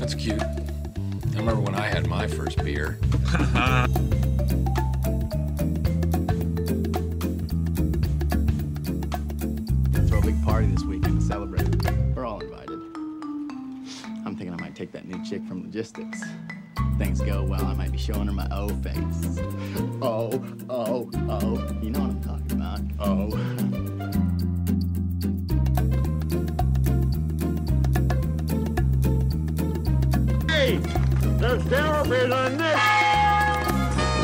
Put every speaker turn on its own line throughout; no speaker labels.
That's cute. I remember when I had my first beer.
Throw a big party this weekend to celebrate. We're all invited. I'm thinking I might take that new chick from logistics. Things go well, I might be showing her my O face. Oh, oh, oh. You know what I'm talking about. Oh.
There's therapy on this.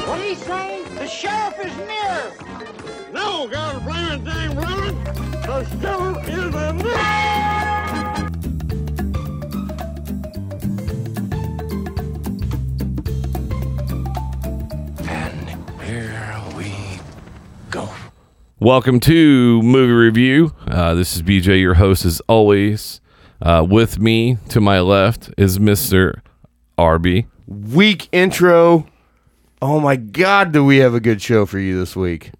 What do you say? The sheriff is near. No, God blame it, dang Rowan. The sheriff is on this.
Welcome to Movie Review. Uh, this is BJ, your host, as always. Uh, with me to my left is Mr. Arby.
weak intro. Oh my God, do we have a good show for you this week?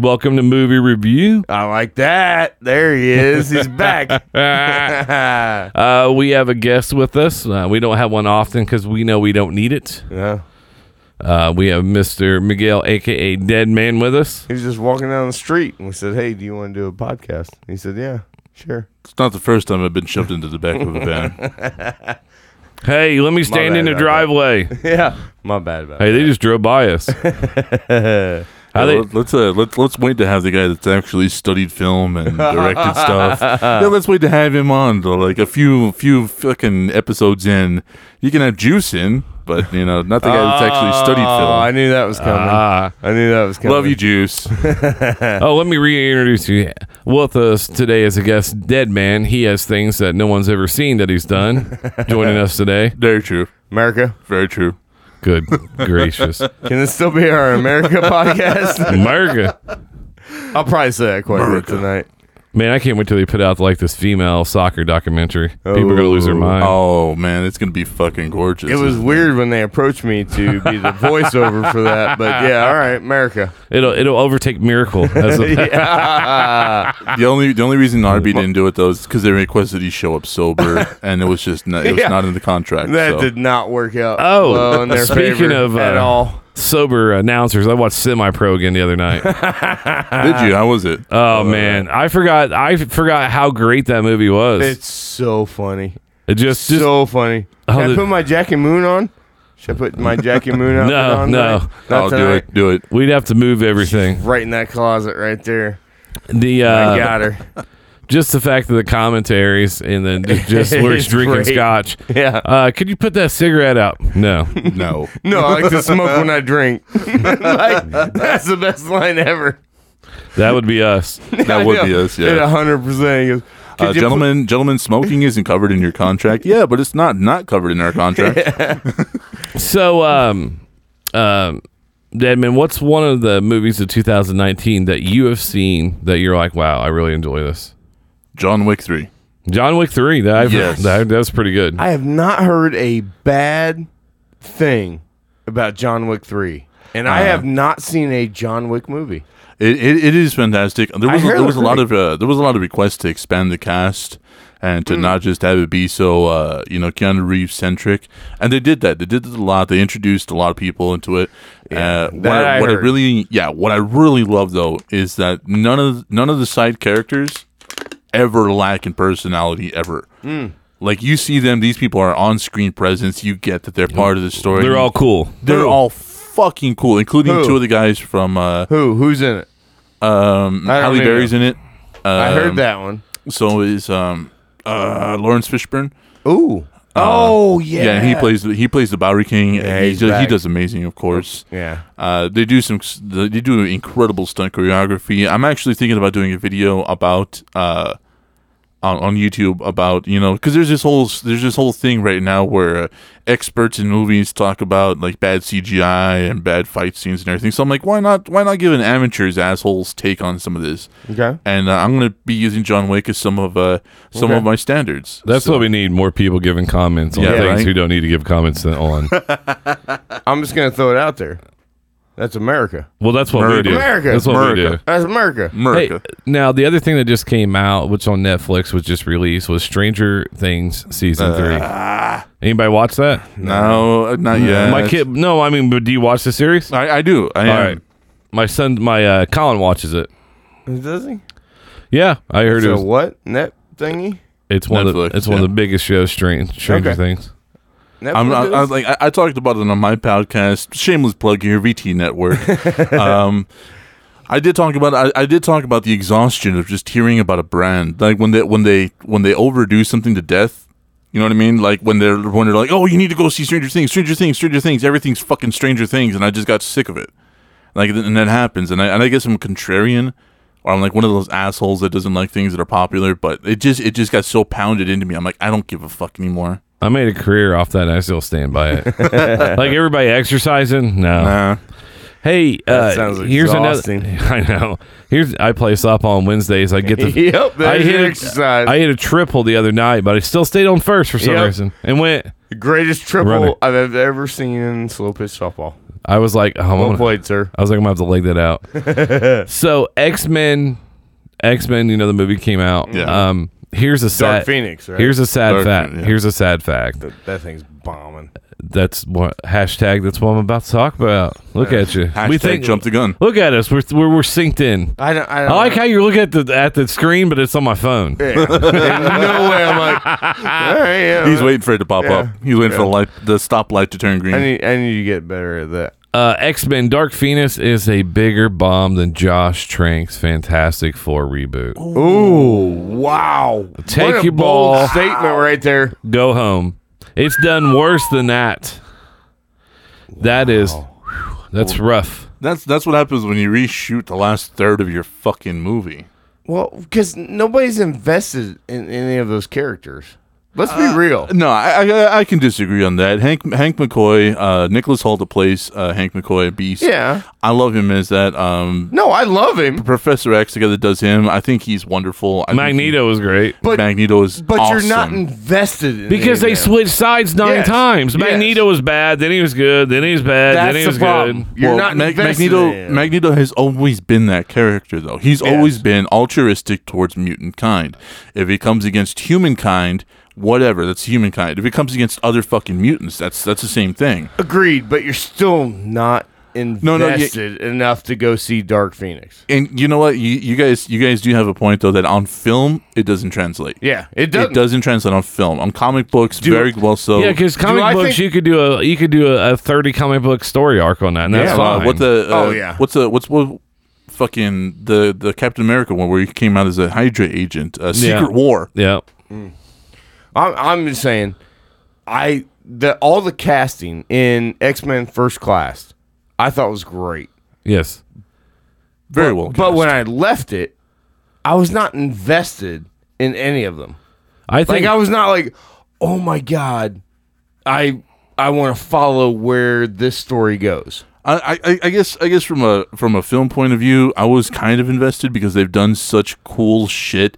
Welcome to Movie Review.
I like that. There he is. He's back. yeah.
Uh, we have a guest with us. Uh, we don't have one often because we know we don't need it. Uh, we have Mr. Miguel, aka Dead Man, with us.
He was just walking down the street and we said, Hey, do you want to do a podcast? He said, Yeah, sure.
It's not the first time I've been shoved into the back of a van.
Hey, let me stand
bad,
in the
my bad.
driveway.
Yeah. My bad about
Hey, they just drove by us. How they,
Let- let's uh, let's let's wait to have the guy that's actually studied film and directed stuff. Yeah, let's wait to have him on. though, Like a few few fucking episodes in, you can have juice in, but you know not the guy that's actually studied
Oh, I
film.
knew that was coming.
Ah.
I knew that was coming.
Love you, Juice.
Oh, let me reintroduce you. With us today as a guest, Dead Man. He has things that no one's ever seen that he's done. Joining us today.
Very true.
America.
Very true.
Good gracious.
Can this still be our America podcast?
America.
I'll probably say that quite a bit tonight.
Man, I can't wait till they put out like this female soccer documentary. People are gonna lose their
Oh.
mind.
Oh man, it's gonna be fucking gorgeous.
It was weird when they approached me to be the voiceover for that, but yeah, all right, America.
It'll it'll overtake Miracle. As a,
the only the only reason RB didn't do it though is because they requested he show up sober, and it was just not, it was
Yeah.
not in the contract.
That
so.
did not work out.
Oh,
well in their
speaking
favor
of,
at
uh,
all,
Sober announcers. I watched Semi Pro again the other night.
Did you? How was it?
Oh man, I forgot. I forgot how great that movie was.
it's so funny,
it just, just
so funny.
How
Can
the-
I put my Jackie Moon on? Should I put my Jackie Moon outfit
No,
on?
no.
tonight? Not
I'll do
tonight.
it. Do it.
we'd have to move everything.
Right in that closet, right there.
The
I
uh,
got her.
just the fact that the commentaries and then ju- just we're
It's
just drinking
great.
scotch.
Yeah.
Uh, could you put that cigarette out? No.
No.
No, I like to smoke when I drink. like that's the best line ever.
That would be us.
That would be us,
It
yeah.
hundred percent. He goes, "Could
Uh,
you put-
gentlemen, gentlemen, smoking isn't covered in your contract. Yeah, but it's not not covered in our contract.
So, um, um, Deadman, what's one of the movies of 2019 that you have seen that you're like, wow, I really enjoy this?
John Wick three.
John Wick 3. That, I've,
Yes.
that, that was pretty good.
I have not heard a bad thing about John Wick 3. And
Uh-huh.
I have not seen a John Wick movie.
It, it, it is fantastic. There was
heard
there was
it
a
was
lot of uh, there was a lot of requests to expand the cast and
Mm.
to not just have it be so uh, you know Keanu Reeves centric, and they did that. They did it a lot. They introduced a lot of people into it. uh, what,
that
I,
I
what I
heard.
really yeah what I really love though is that none of none of the side characters ever lack in personality ever.
Mm.
Like you see them, these people are on screen presence. You get that they're part of the story.
They're all cool.
they're
Who?
all fucking cool, including
Who?
two of the guys from uh,
Who? Who's in it?
um,
I don't
Halle
even
Berry's in it.
I heard
Um,
that one.
So is um uh Lawrence Fishburne.
Ooh. oh, yeah.
Uh, Yeah, and he plays he plays the Bowery King.
Yeah,
and he
he's
does, he
back.
does amazing, of course.
Yeah.
Uh, they do some they do incredible stunt choreography. I'm actually thinking about doing a video about uh on, on YouTube about you know because there's this whole there's this whole thing right now where uh, experts in movies talk about like bad CGI and bad fight scenes and everything. So I'm like, why not why not give an amateur's assholes take on some of this?
Okay.
And uh, I'm gonna be using John Wick as some of uh some
Okay.
of my standards.
That's
So-
what we need more people giving comments on
Yeah,
things
right?
who don't need to give comments on.
I'm just going to throw it out there. That's America.
Well, that's what
America.
we do.
America.
That's what we do.
America.
That's America.
Hey,
America.
now the other thing that just came out, which on Netflix was just released, was Stranger Things season
Uh, ah.
three. Anybody watch that?
no, uh, not yet.
Mm, My kid, no, I mean, but do you watch the series?
I, I do. I
All
am.
right, my son, my uh, Colin watches it.
Does he?
Yeah, I heard
So
it. Was,
what? Net thingy?
it's one of
Netflix,
the, it's one of
yeah.
the biggest shows, Stranger, Stranger
Okay.
Things.
Netflix
I'm, I, I was
is?
like, I, I talked about it on my podcast. Shameless plug here, VT Network. um, I did talk about I, I did talk about the exhaustion of just hearing about a brand, like when they when they when they overdo something to death. You know what I mean? Like when they're when they're like, oh, you need to go see Stranger Things, Stranger Things, Stranger Things. Everything's fucking Stranger Things, and I just got sick of it. Like th- and that happens, and I and I guess I'm contrarian, or I'm like one of those assholes that doesn't like things that are popular. But it just it just got so pounded into me. I'm like, I don't give a fuck anymore.
I made a career off that, and I still stand by it. like everybody exercising, no.
Nah.
Hey, uh,
sounds
here's
exhausting.
another. I know. Here's I play softball on Wednesdays. I get the.
Yep,
I
there's
hit
your
a-
exercise.
I hit a triple the other night, but I still stayed on first for some
Yep.
reason and went.
the greatest triple
Runner.
I've ev- ever seen in slow pitch softball.
I was like, oh, I'm
Well
gonna-
played, sir.
I was like, I'm gonna have to leg that out. so X Men, X Men, you know the movie came out.
Yeah.
Um, here's a sad.
Phoenix, right?
Here's a sad
Dark
fact.
Phoenix, yeah.
Here's a sad fact.
That, that thing's bombing.
That's what hashtag. That's what I'm about to talk about. Look at you.
Hashtag jump the gun.
Look at us. We're we're, we're synced in.
I don't. I,
I like how you're looking at the at the screen, but it's on my phone.
no way. I'm like, all right, yeah,
He's waiting for it to pop up. He's waiting for the light, the stoplight to turn green.
I need. I need to get better at that.
Uh, X Men Dark Phoenix is a bigger bomb than Josh Trank's Fantastic Four reboot.
Ooh, wow!
Take
what a
your
bold
ball.
statement right there.
Go home. It's done worse than that. That is, whew, that's rough.
that's that's what happens when you reshoot the last third of your fucking movie.
Well, because nobody's invested in any of those characters. Let's be real.
No, I, I I can disagree on that. Hank Hank McCoy, uh, Nicholas Holt plays uh, Hank McCoy, Beast.
Yeah.
I love him as that. Um,
No, I love him,
Professor X together does him. I think he's wonderful. I think
Magneto was great
he-
but
Magneto is
but you're not
awesome.
invested in
because
any
they
of them.
switched sides nine
Yes.
times.
Yes.
Magneto was bad, then he was good, then he was bad, then he
That's
was
the problem.
good.
You're
Well,
not
Mag-
invested
Magneto.
in him.
Magneto has always been that character, though. He's always been altruistic towards mutant kind. If he comes against humankind, whatever, that's humankind. If it comes against other fucking mutants, that's that's the same thing.
Agreed, but you're still not invested
no, you-
enough to go see Dark Phoenix.
And you know what? You, you guys, you guys do have a point though that on film it doesn't translate.
Yeah, it
It
doesn't.
doesn't translate on film. On comic books, very well so.
Yeah, because comic
I
books
think-
you could do a you could do a, a thirty comic book story arc on that, and that's
Yeah.
Uh,
fine.
what the? Uh,
Oh, yeah.
What's the? What's what? Fucking the the Captain America one where he came out as a Hydra agent, uh, Secret
Yeah.
War.
Yeah,
I'm, I'm just saying, I the all the casting in X Men First Class, I thought was great.
yes.
Very well.
But
cast.
when I left it, I was not invested in any of them.
I think
Like I was not like, oh my god, I I want to follow where this story goes.
I, I, I guess I guess from a from a film point of view, I was kind of invested because they've done such cool shit.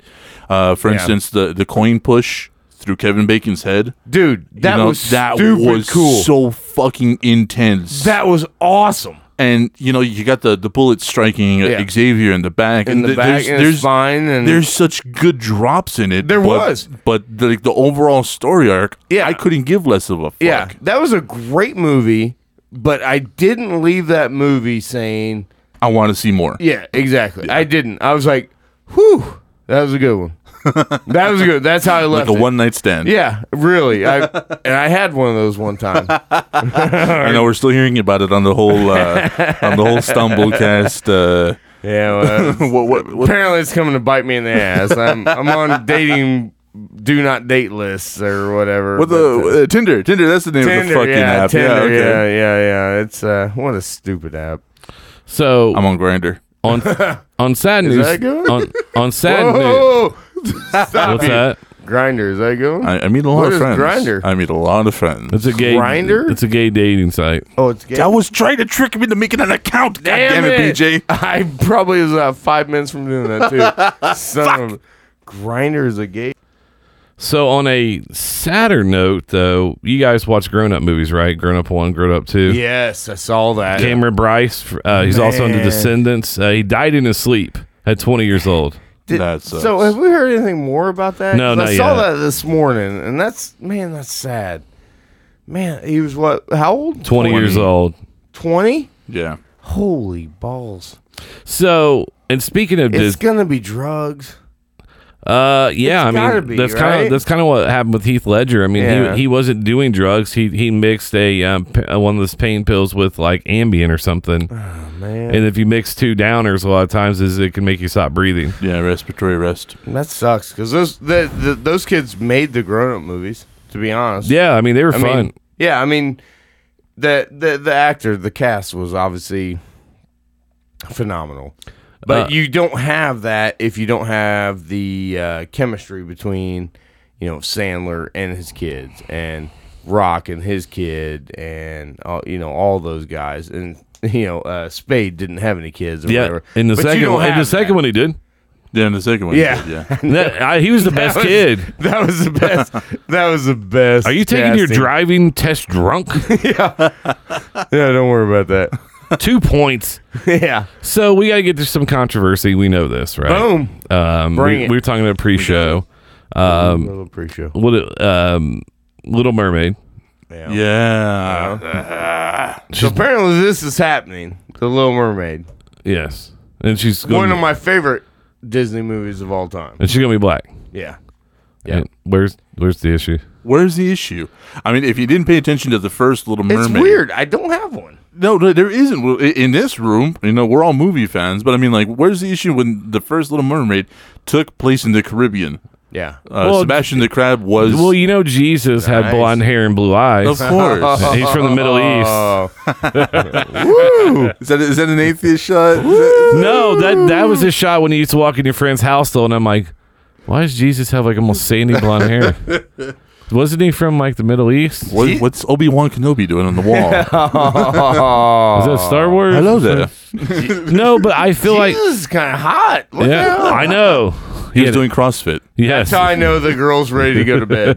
Uh, for instance, the the coin push through Kevin Bacon's head.
Dude, that
You know,
was stupid cool.
so fucking intense.
that was awesome.
and you know, you got the the bullet striking uh
Yeah.
Xavier in the back,
In the
th-
back, and there's spine, and
there's such good drops in it.
There
but,
was.
but the, like the overall story arc,
Yeah.
I couldn't give less of a fuck.
yeah, that was a great movie. But I didn't leave that movie saying,
I want to see more.
yeah, exactly. I didn't. I was like, whew, that was a good one. that was good. That's how I
Like
left
a
it.
one night stand.
Yeah, really. I and I had one of those one time.
I know we're still hearing about it on the whole uh, on the whole Stumblecast. Uh,
Yeah, well,
what, what, what,
apparently it's coming to bite me in the ass. I'm I'm on dating do not date lists or whatever.
what
but, uh,
the uh, Tinder? Tinder. That's the name of the
Tinder,
fucking
yeah,
app.
Tinder,
yeah,
yeah,
okay.
yeah, yeah, It's uh, what a stupid app.
so.
I'm on Grinder.
on on sad news.
that good?
On, on sad news.
Oh,
What's that?
Grinder, is that good?
I, I meet a lot
What
of
is
friends.
Grindr?
I meet a lot of friends.
It's a gay
Grindr?
It's a gay dating site.
oh, it's gay.
I was trying to trick him into making an account. Damn, it, BJ.
I probably uh, was about five minutes from doing that too. Son of a- Grinder is a gay.
So on a sadder note, though, you guys watch grown up movies, right? Grown up one, grown up two.
Yes, I saw that.
Cameron Bryce, uh, he's also in The
Man.
Descendants. Uh, he died in his sleep at 20 years old.
Did-
That sucks.
so have we heard anything more about that?
No,
'Cause I
not
saw
yet.
that this morning, and that's man, that's sad. Man, he was what? How old?
20 years old.
Twenty.
Yeah.
Holy balls!
So, and speaking of
It's
Disney,
gonna be drugs.
uh, yeah, I
it's gotta
mean
be,
that's kind
right?
of that's kind of what happened with Heath Ledger. I mean,
Yeah.
he, he wasn't doing drugs. He he mixed a um, p- uh, one of those pain pills with like Ambien or something.
Oh, Man,
And if you mix two downers, a lot of times is it can make you stop breathing.
Yeah. Respiratory arrest.
that sucks because those the, the, those kids made the grown up movies. To be honest,
Yeah, I mean they were
I
fun.
mean, yeah, I mean, the the the actor, the cast was obviously phenomenal, but
Uh,
you don't have that if you don't have the uh, chemistry between you know Sandler and his kids and Rock and his kid and all, you know all those guys and you know uh, Spade didn't have any kids. Or
yeah,
whatever.
in the
But you
second
don't
one, in the
have
second
that.
one he did.
Yeah. And the second one.
Yeah.
Yeah.
That- I- he was the best
That was-
kid.
That was the best. That was the best.
Are you taking your
casting.
driving test drunk?
Yeah, don't worry about
Two points.
that. yeah.
So we got to get to some controversy. We know this, right?
Boom.
Um,
Bring
we,
it.
we were talking about pre-show.
Um, little pre-show.
What? Um, Little Mermaid.
Yeah. yeah.
So apparently this is happening. The Little Mermaid.
Yes, and she's gonna
One
be-
of my favorite Disney movies of all time.
and she's gonna be black.
Yeah.
Yeah. where's Where's the issue?
Where's the issue? I mean, if you didn't pay attention to the first Little Mermaid,
It's weird. I don't have one.
No, no, there isn't. Well, i- In this room, you know, we're all movie fans, but I mean, like, where's the issue when the first Little Mermaid took place in the Caribbean?
Yeah.
Uh,
Well,
Sebastian the Crab was.
Well, you know Jesus had
Nice.
blonde hair and blue
of
eyes.
course.
He's from the Middle East.
Oh,
is, that, is that an atheist shot?
No, that that was a shot when he used to walk in your friend's house though, and I'm like, why does Jesus have like almost sandy blonde hair? Wasn't he from like the Middle East?
What, what's Obi Wan Kenobi doing on the wall?
Is that Star Wars?
Hello there.
No, but I feel like
Jesus is kind of hot. Look
yeah,
yeah.
I know.
He
Yeah,
was doing CrossFit.
yes.
That's how I know the girl's ready to go to bed.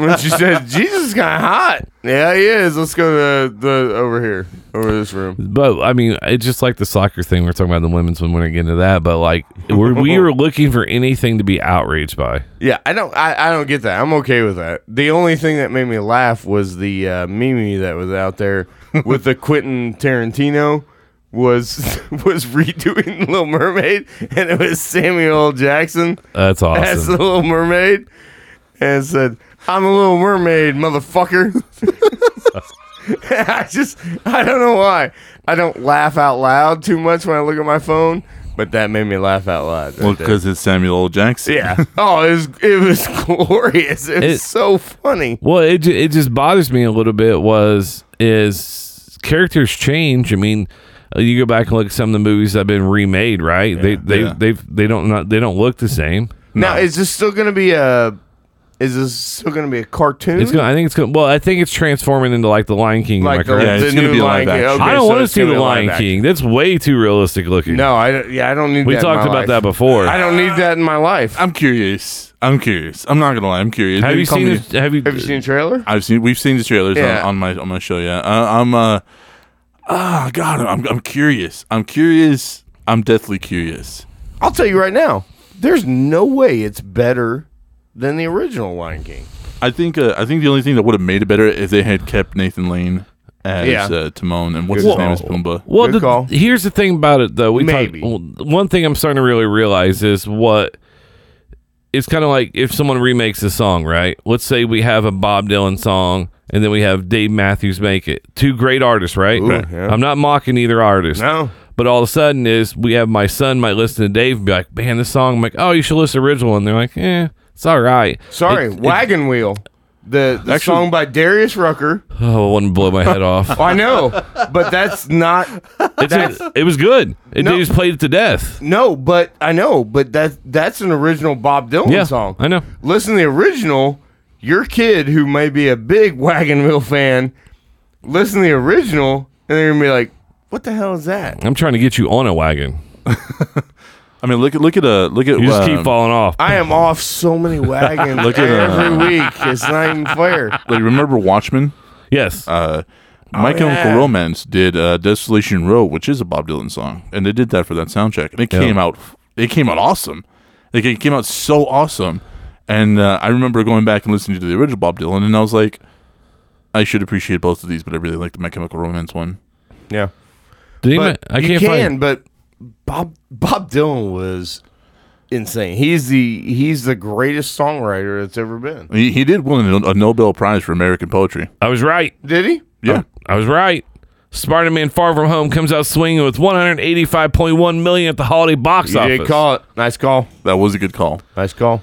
when she said, Jesus is kind of hot. Yeah, he is. Let's go to the over here, over this room.
But I mean, it's just like the soccer thing we we're talking about in the women's when we're gonna get into that. But like, we're, we were looking for anything to be outraged by.
Yeah, I don't, I, I don't get that. I'm okay with that. The only thing that made me laugh was the uh, Mimi that was out there with the Quentin Tarantino was was redoing Little Mermaid, and it was Samuel L. Jackson
That's
as the
awesome.
Little Mermaid, and said, "I'm a Little Mermaid, motherfucker." I just, I don't know why. I don't laugh out loud too much when I look at my phone, but that made me laugh out loud.
Well,
right there.
because it's Samuel L. Jackson.
Yeah. Oh, it was it was glorious. It was
It-
so funny.
Well, it ju- it just bothers me a little bit. Was is characters change? I mean, uh, you go back and look at some of the movies that've been remade, right? they they
Yeah.
they they don't not, they don't look the same.
Now, is this still gonna be a? Is this still gonna be a cartoon?
It's gonna. I think it's gonna. Well, I think it's transforming into like the Lion King. am I
like the,
correct?
Yeah,
the
it's
new
gonna be
Lion
live
King.
action.
Okay,
I don't
so
want to
it's
see
gonna
the
be live
Lion
action.
King. That's way too realistic looking.
No, I don't- yeah, I don't need.
we
that in
talked
my
about
life.
that before.
I don't need that in my life.
I'm curious. I'm curious. I'm not gonna lie. I'm curious.
Have
Maybe
you
call
seen?
me-
The, have you?
Have you seen a trailer?
I've seen we've seen the trailers
Yeah.
on, on my on my show. Yeah, uh, I'm uh ah God, I'm I'm curious. I'm curious. I'm deathly curious.
I'll tell you right now. There's no way it's better than the original Lion King.
I think uh, I think the only thing that would have made it better if they had kept Nathan Lane as
Yeah.
uh, Timon and what's his name is Pumbaa.
Well,
Good
the,
call.
here's the thing about it, though. We talked-
Maybe.
well, one thing I'm starting to really realize is what it's kind of like if someone remakes a song, right? Let's say we have a Bob Dylan song, and then we have Dave Matthews make it. Two great artists, right?
Ooh, yeah.
I'm not mocking either artist.
No.
But all of a sudden is we have my son might listen to Dave and be like, man, this song. I'm like, oh, you should listen to the original. And they're like, eh, it's all right.
Sorry,
It- it-
Wagon Wheel. The, the
Actually-
song by Darius Rucker. Oh,
oh, I wouldn't blow my head off.
I know, but that's not
It's a- it was good. It,
No.
They just played it to death.
No, but I know, but that that's an original Bob Dylan
Yeah,
song.
I know.
Listen to the original. Your kid, who may be a big Wagon Wheel fan, listen to the original, and they're gonna be like, "What the hell is that?"
I'm trying to get you on a wagon.
I mean, look at look at a look at
You just
um,
keep falling off.
I am off so many wagons
Look at,
every
uh,
week. It's not even fair.
Like remember Watchmen?
yes.
Uh,
Oh,
My Chemical
yeah.
Romance did uh, Desolation Row, which is a Bob Dylan song, and they did that for that soundtrack. And it came out, it came out awesome. Like it came out so awesome. And uh, I remember going back and listening to the original Bob Dylan, and I was like, I should appreciate both of these, but I really like the My Chemical Romance one.
Yeah.
Did he ma-
But
I
you
can't
can,
find.
but Bob Bob Dylan was insane. He's the he's the greatest songwriter that's ever been.
He, he did win a, a Nobel Prize for American poetry.
I was right.
Did he?
Yeah,
I was right. Spider Man Far From Home comes out swinging with 185.1 million at the holiday box
You
office.
did call it. Nice call.
that was a good call.
Nice call.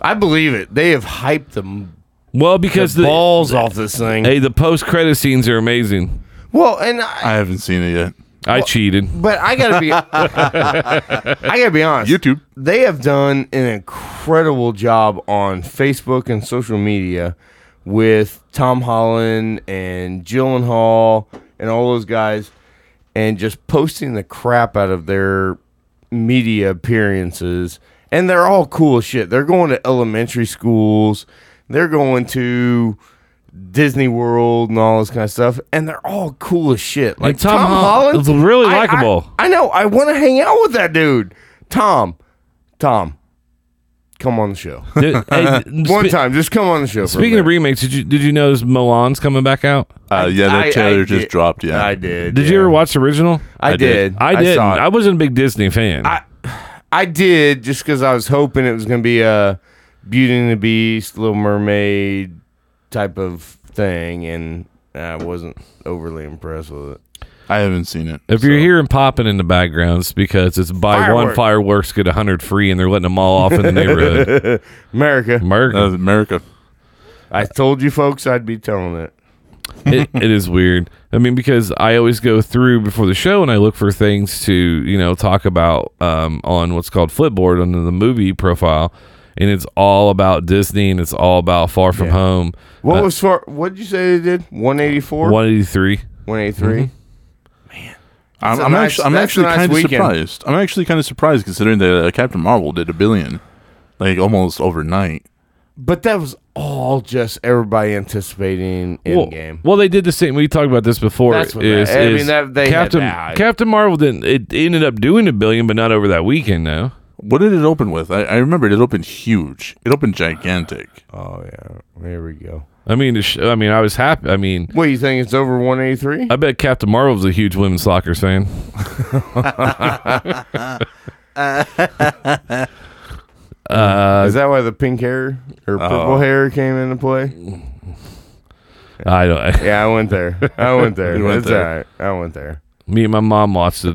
I believe it. They have hyped them
Well, because the,
balls off this thing.
hey, the post credit scenes are amazing.
well, and I,
I haven't seen it yet.
I cheated.
but I gotta be, I gotta be honest.
YouTube.
they have done an incredible job on Facebook and social media with Tom Holland and Gyllenhaal and all those guys, and just posting the crap out of their media appearances. And they're all cool as shit. They're going to elementary schools. They're going to Disney World and all this kind of stuff. And they're all cool as shit. Like
Tom
Tom,
Hol-
Holland
is really
I- I-
likable.
I know. I want to hang out with that dude. Tom, Tom, come on the show.
Did- hey,
One
spe-
time, just come on the show. for a
Speaking of
minute.
remakes, did you did you notice Milan's coming back out?
Uh, yeah, that
I- I
trailer
did-
just dropped. Yeah,
I did.
Did
yeah.
you ever watch the original?
I,
I did.
did.
I didn't.
saw it.
I, wasn't a big Disney fan.
I- I did just because I was hoping it was going to be a Beauty and the Beast, Little Mermaid type of thing, and I wasn't overly impressed with it.
I haven't seen it.
if you're hearing popping in the background, it's because it's buy one
Firework.
fireworks get a hundred free, and they're letting them all off in the neighborhood.
America,
Merc,
Uh, America.
I told you folks I'd be telling it.
it, it is weird. I mean, because I always go through before the show and I look for things to you know talk about um, on what's called Flipboard under the movie profile, and it's all about Disney and it's all about Far From Home.
What was far? What did you say they did? One eighty four.
One eighty three.
One eighty three.
I'm,
a
I'm
nice-
actually, I'm
that's a
actually
nice
kind of
weekend.
surprised. I'm actually kind of surprised considering that uh, Captain Marvel did a billion, like almost overnight.
But that was all just everybody anticipating
Well,
Endgame.
well, they did the same. We talked about this before.
That's what
is-
that- I mean,
is
that- they had
Captain
that.
Captain Marvel didn't. It ended up doing a billion, but not over that weekend. though.
What did it open with? I, I remember it opened huge. It opened gigantic.
oh yeah, here we go.
I mean, it's- I mean, I was happy. I mean,
What you think? It's over one eighty three.
I bet Captain Marvel's a huge women's soccer fan.
Is that why the pink hair or purple hair came into play?
I don't.
Yeah, I went there. I went there.
You went
That's
there.
all right. I went there.
Me and my mom watched it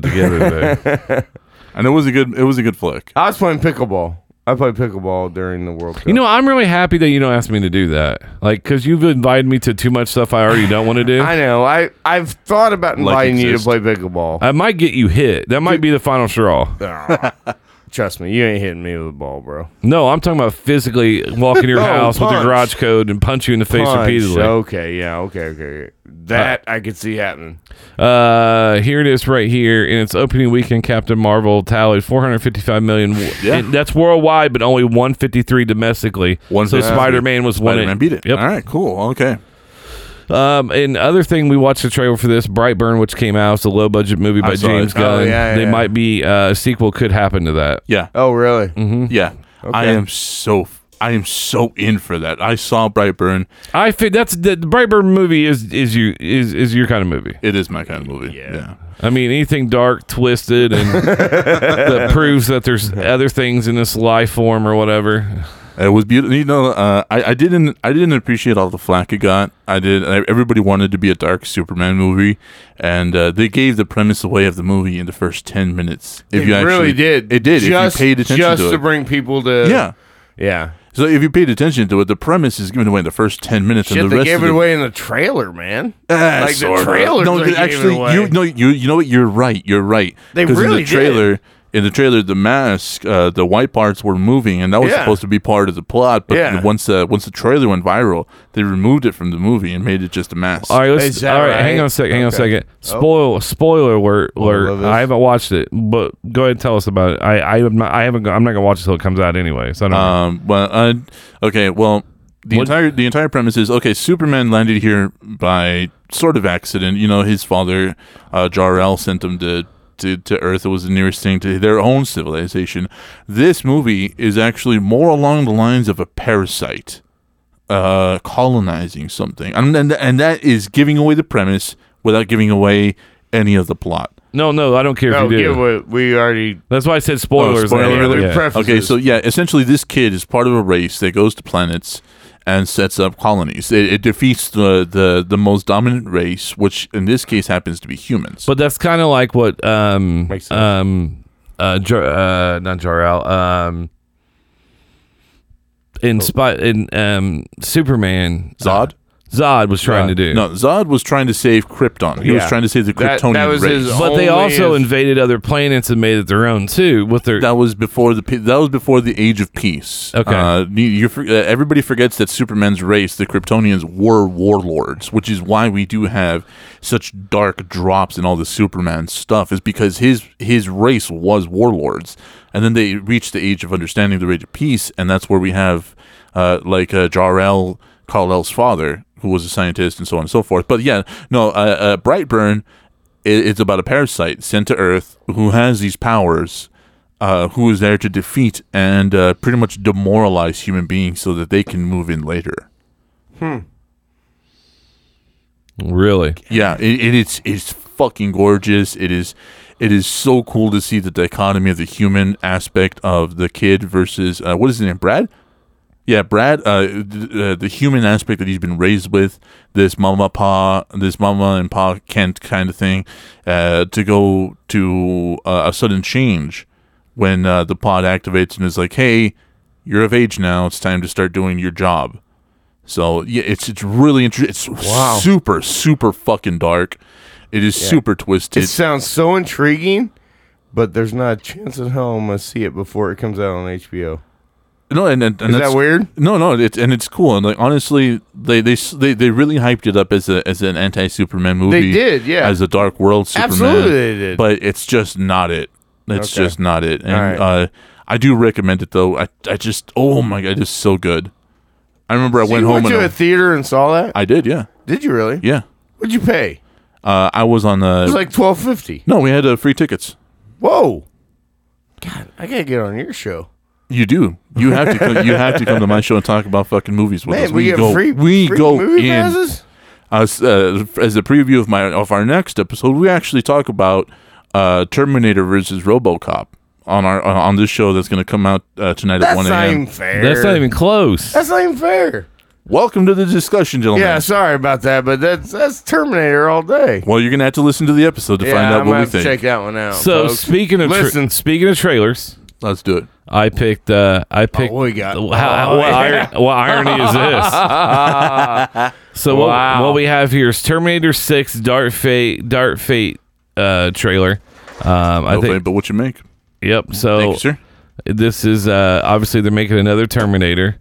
together. Today.
And it was a good. It was a good flick.
I was playing pickleball. I played pickleball during the World Cup.
you know, I'm really happy that you don't ask me to do that. Like, because you've invited me to too much stuff I already don't want to do.
I
I,
know. I I've thought about inviting you to
exist.
play pickleball.
might get you hit. That might be the final straw.
Trust me, you ain't hitting me with a ball, bro.
No, I'm talking about physically walking to your
No,
house with your
Oh, punch.
garage code and punch you in the face
Punch. Oh,
repeatedly.
Okay. Yeah. Okay. Okay. That I could see happening.
Uh, here it is right here in its opening weekend. Captain Marvel tallied 455 million.
Yeah.
And that's worldwide, but only 153 domestically. So
153.
Spider Man was one.
Spider-Man beat it.
Yep.
All right. Cool. Okay.
Um, and other thing, we watched the trailer for this Brightburn, which came out. It's a low budget movie by
saw
James
it. Oh,
Gunn.
yeah,
they
yeah.
might be uh, a sequel could happen to that.
Yeah.
Oh, really?
Mm-hmm. Yeah. I am so. I am so in for that. I saw Brightburn.
I think that's the, the Brightburn movie is is you is is your kind of movie.
It is my kind of movie. Yeah.
I mean, anything dark, twisted, and that proves that there's other things in this life form or whatever.
It was beautiful. You know, uh, I, I didn't I didn't appreciate all the flack it got. I did. I, everybody wanted to be a dark Superman movie, and uh, they gave the premise away of the movie in the first ten minutes. If
it really did.
it did.
Just,
if you paid attention
just
to, it.
bring people to.
yeah.
Yeah.
So if you paid attention to it, the premise is given away in the first ten minutes,
Shit,
and the
they
rest
gave
of
it
the,
away in the trailer, man.
Ah,
like the
sorta.
trailers
No,
they gave it
actually,
away.
you no, you you know what? You're right. You're right.
They
'Cause in
really
the trailer. in the trailer, the mask, uh, the white parts were moving, and that was
Yeah.
supposed to be part of the plot. But
Yeah.
once the once the trailer went viral, they removed it from the movie and made it just a mask.
All right,
Is
let's,
that
all right,
right?
Hang on a second. Hang on a
Okay. Oh.
second. Spoil, spoiler alert, alert.
love this.
I haven't watched it, but go ahead and tell us about it. I, I, am not- I haven't. go- I'm not gonna watch it till it comes out anyway. So I don't.
Um, well, uh, okay. Well, the
What-
entire the entire premise is okay. Superman landed here by sort of accident. You know, his father, uh, Jor-El, sent him to. To, to Earth, it was the nearest thing to their own civilization. This movie is actually more along the lines of a parasite uh, colonizing something, and, and and that is giving away the premise without giving away any of the plot.
no, no, I don't care
No,
if you do.
Oh, give Oh, what we already.
That's why I said spoilers.
spoiler
Yeah,
alert.
yeah.
Pref-
Okay, so yeah, essentially, this kid is part of a race that goes to planets and sets up colonies. It, it defeats the, the the most dominant race, which in this case happens to be humans.
But that's kind of like what um
Makes sense.
um uh, Jar- uh not Jor-El um
Oh.
in spot in um Superman uh,
Zod.
Zod was trying to do.
Uh, No, Zod was trying to save Krypton. He was
Yeah.
trying to save the
That-
Kryptonian
that was
race.
his-
But they
Only
also
if-
invaded other planets and made it their own too with their
that was before the pe- that was before the Age of Peace.
Okay.
uh, you, you, for- uh, everybody forgets that Superman's race, the Kryptonians, were warlords, which is why we do have such dark drops in all the Superman stuff. Is because his his race was warlords, and then they reached the Age of Understanding, the Age of Peace, and that's where we have uh, like uh, Jor-El, Kal-El's father, who was a scientist, and so on and so forth. But yeah, no, uh, uh, Brightburn. i- It's about a parasite sent to Earth who has these powers, uh, who is there to defeat and uh, pretty much demoralize human beings so that they can move in later.
really
Yeah, it, it is it's fucking gorgeous. It is it is so cool to see the dichotomy of the human aspect of the kid versus uh, what is his name, Brad. Yeah, Brad. Uh, th- uh, the human aspect that he's been raised with, this mama pa, this mama and pa Kent kind of thing, uh, to go to uh, a sudden change when uh, the pod activates and is like, "Hey, you're of age now. It's time to start doing your job." So yeah, it's it's really interesting. It's super super fucking dark. It is super twisted.
It sounds so intriguing, but there's not a chance in hell I'm gonna see it before it comes out on HBO.
no, and, and, and
Is that
that's-
weird?
No, no, it's and it's cool. And like honestly, they they s- they, they really hyped it up as a as an anti Superman movie.
did, yeah.
As a dark world Superman.
Absolutely they did.
But it's just not it. It's
Okay.
just not it. And
All right.
uh, I do recommend it though. I I just oh my god, it's so good. I remember I
So
went
you
home
went
and
to
I-
a theater and saw that.
I did. Yeah,
Did you really?
yeah.
What'd you pay?
Uh, I was on
It
the.
was like twelve fifty.
no, we had uh, free tickets.
Whoa! God, I gotta get on your show.
You do. You have to. Come, you have to come to my show and talk about fucking movies with us.
Man, we, get
go.
free.
we
free
go
movie
in.
passes?
As, uh, as a preview of my of our next episode, we actually talk about uh, Terminator versus RoboCop on our on this show that's going to come out uh, tonight at
That's
one
not even
a.m.
fair.
that's not even close.
That's not even fair.
Welcome to the discussion, gentlemen.
Yeah, sorry about that, but that's that's Terminator all day.
Well, you're going to have to listen to the episode to
yeah,
find out
I'm
what
gonna
we
have to
think.
check that one out.
So
folks.
speaking of tra-
listen,
speaking of trailers,
Let's do it.
I picked. Uh, I picked.
Oh, what we got?
How, how-
Oh,
what,
yeah.
ir- what irony is this? so
Wow.
what, what we have here is Terminator Six Dark Fate Dark Fate uh, trailer. Um, I
Okay,
think. Oh.
but what you make?
Yep. So
Thank you, sir.
this is uh, obviously they're making another Terminator.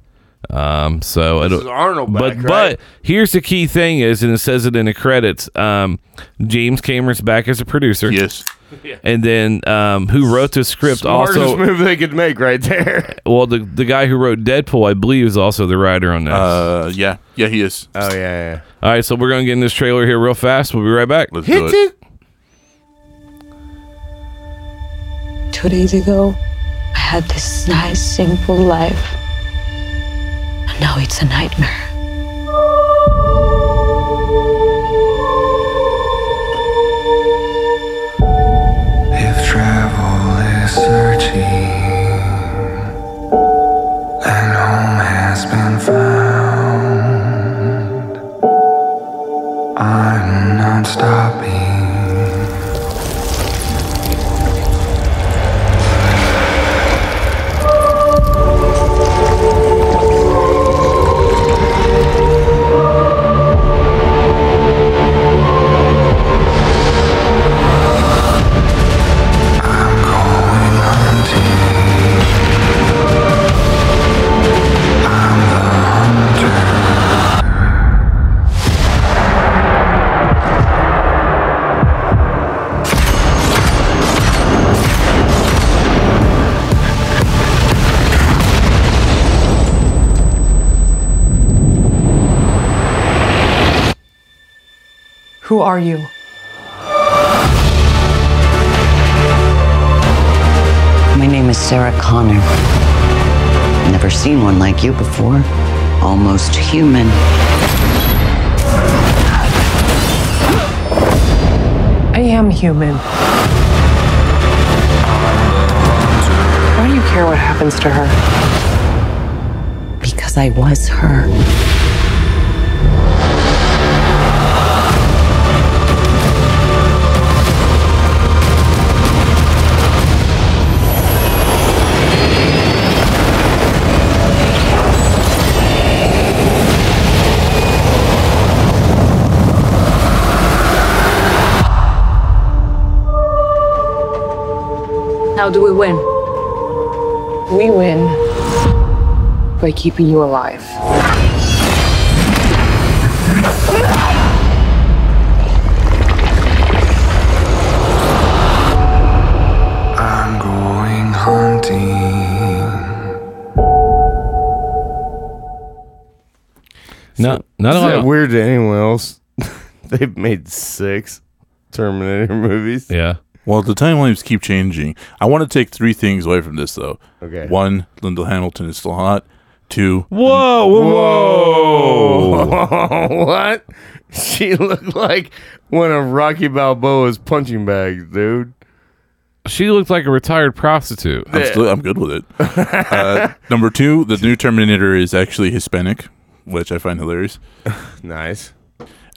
Um, so
this is
it'll.
Arnold
But
back, right?
but here's the key thing is, and it says it in the credits. Um, James Cameron's back as a producer,
Yes.
and then um, who wrote the script
hardest
also
move they could make right there.
Well, the the guy who wrote Deadpool, I believe, is also the writer on this.
Uh, yeah. Yeah, he is.
Oh yeah, yeah.
All right, so we're gonna get in this trailer here real fast. We'll be right back.
Let's do
Hit
it.
it.
Two days ago, I had this nice, simple life. And now it's a nightmare.
If travel is searching and home has been found, I'm not stopping. I'm going
Who are you?
My name is Sarah Connor. Never seen one like you before. Almost human.
I am human. Why do you care what happens to her?
Because I was her.
How do we win? We win by keeping you alive.
I'm going hunting.
No, not a
Is
lot.
that
of-
weird to anyone else? They've made six Terminator movies.
Yeah.
Well, the timelines keep changing. I want to take three things away from this, though.
Okay.
One, Linda Hamilton is still hot. Two,
Whoa, whoa,
what? She looked like one of Rocky Balboa's punching bags, dude.
She looked like a retired prostitute.
I'm, still, I'm good with it. Uh, number two, the new Terminator is actually Hispanic, which I find hilarious.
Nice.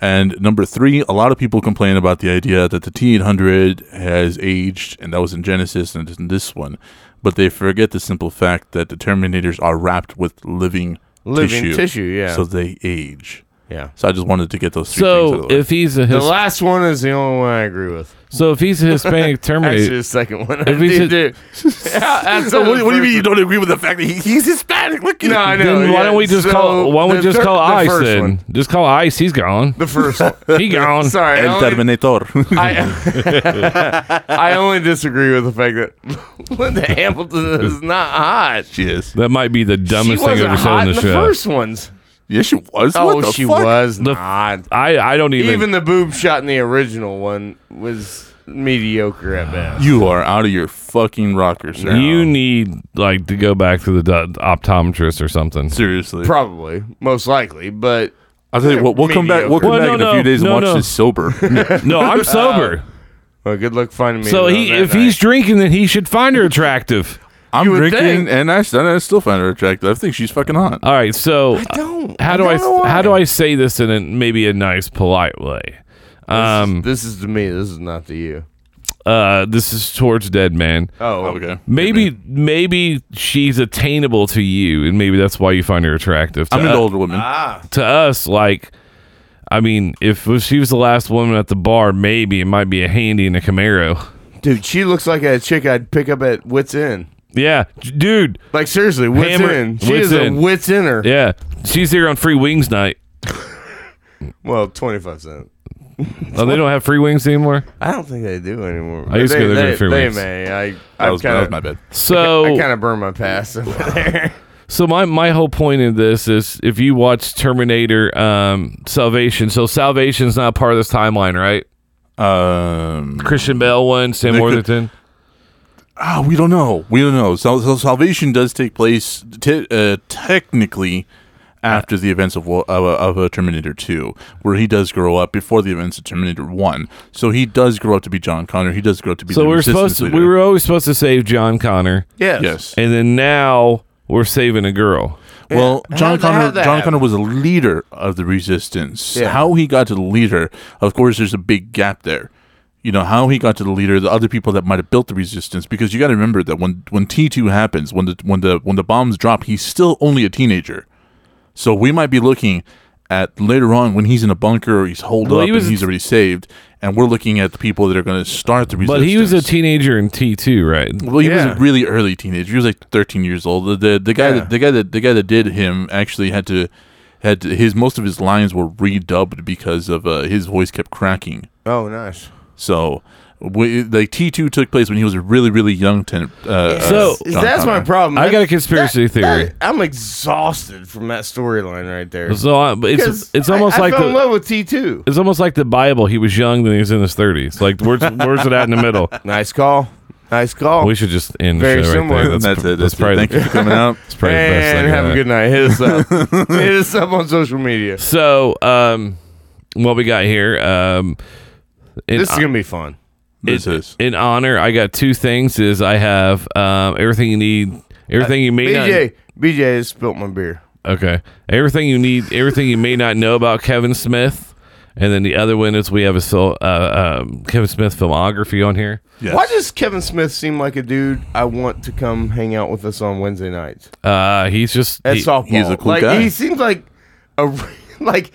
And number three, a lot of people complain about the idea that the T800 has aged, and that was in Genesis and it's in this one. But they forget the simple fact that the Terminators are wrapped with living,
Living
tissue.
tissue, yeah.
So they age.
Yeah.
So I just wanted to get those three things out
So
of the way.
if he's a
The
his,
last one is the only one I agree with.
so if he's a Hispanic
Actually,
Terminator,
the second one.
If we
I
should-
do. That's
So what,
the
what do
first
you mean you don't agree with the fact that he, he's Hispanic? Look at
No,
him.
I know.
then why don't we
yeah,
just
so
call? Why don't we
the
just
thir-
call
the
ICE
first
then?
one.
Just call ICE. He's gone.
The first one.
He gone.
Sorry, I
El
only,
Terminator.
I, I only disagree with the fact that Linda Hamilton is not hot.
she is.
That might be the
She
dumbest thing
wasn't
I've ever said
hot in
on the,
the
show.
first ones.
Yes, she was.
Oh,
what the
she
fuck?
was
The-
not.
I I don't even.
Even the boob shot in the original one was mediocre at best.
You are out of your fucking rocker, sir.
you need like to go back to the do- optometrist or something.
seriously.
Probably, most likely, but
I'll tell you what. We'll come back. We'll come
Well,
back
no,
in a few
no,
days
no,
and watch
no.
this sober.
No, I'm sober.
well, good luck finding me.
Uh, so
around
he
that
if
night.
he's drinking, then he should find her attractive.
I'm
You would
drinking,
think.
and I, and I still find her attractive. I think she's fucking hot.
All right, so
don't-
how
I
do I,
don't know why.
how do I say this in a, maybe a nice polite way? Um,
this is to me. This is not to you.
uh, this is towards dead man.
Oh,
okay.
Maybe maybe she's attainable to you, and maybe that's why you find her attractive. To,
I'm an
u-
older woman.
to us, like, I mean, if she was the last woman at the bar, maybe it might be a handy in a Camaro.
dude, she looks like a chick I'd pick up at Wits End.
Yeah, j- dude.
Like seriously, Wits
Hammer-
End. She
Wits
is
End.
a Wits Ender.
Yeah, she's here on free wings night.
Well, twenty five cent.
Oh, they don't have free wings anymore.
I don't think they do anymore.
I used to
they,
go there
they,
for free
they
wings.
may. I
that,
I
was, that was
kind
my
of
bad.
So
I kind of burned my past over there.
So my my whole point in this is if you watch Terminator um, Salvation, so Salvation's not part of this timeline, right?
Um,
Christian Bale one, Sam
They could-
Worthington.
ah, we don't know. We don't know. So, so salvation does take place te- uh, technically after the events of wo- of, of uh, Terminator Two, where he does grow up before the events of Terminator One. So he does grow up to be John Connor. He does grow up to be.
So
the
we were
Resistance
supposed to,
leader.
we were always supposed to save John Connor,
yes.
Yes.
and then now we're saving a girl.
Well,
Yeah.
John
How'd that-
Connor.
how'd that
John
happen?
Connor was a leader of the resistance.
Yeah.
How he got to the leader, of course, there's a big gap there. You know how he got to the leader, the other people that might have built the resistance, because you got to remember that when when T two happens, when the when the when the bombs drop, he's still only a teenager. So we might be looking at later on when he's in a bunker or he's holed
Well,
up
he was-
and he's already saved, and we're looking at the people that are going to start the resistance.
But he was a teenager in T two, right?
Well, he
Yeah.
was a really early teenager. He was like 13 years old. The the, the guy
Yeah.
that, the guy that the guy that did him actually had to had to, his most of his lines were redubbed because of uh, his voice kept cracking.
Oh, nice.
So We, like T two took place when he was a really really young. Ten, uh,
so
uh, John
that's
Connor.
my problem.
I got a
That's-
conspiracy
that-
theory.
that- I'm exhausted from that storyline right there.
So I, but it's
Because
it's
I-
almost
I
like
fell in
the,
love with T two.
it's almost like the Bible. He was young, then he was in his thirties. Like where's where's it at in the middle?
Nice call. Nice call.
We should just end the
Oh. Very
show right
similar.
there.
And
That's,
that's, it.
that's
That's,
probably
it. Thank you for coming out.
that's probably the best
and
thing
have
about
a
it.
good night. Hit us up. Hit us up on social media.
So, um, what we got here, um, in,
This is gonna be fun.
This is
in honor, I got two things. Is I have um, everything you need, everything you may
BJ, BJ has spilt my beer.
not. Okay, everything you need, everything you may not know about Kevin Smith, and then the other one is we have a so uh, um, Kevin Smith filmography on here.
yes.
Why does Kevin Smith seem like a dude I want to come hang out with us on Wednesday nights
Uh, he's just
at
he-
softball?
he's a cool
like,
guy.
He seems like a re- like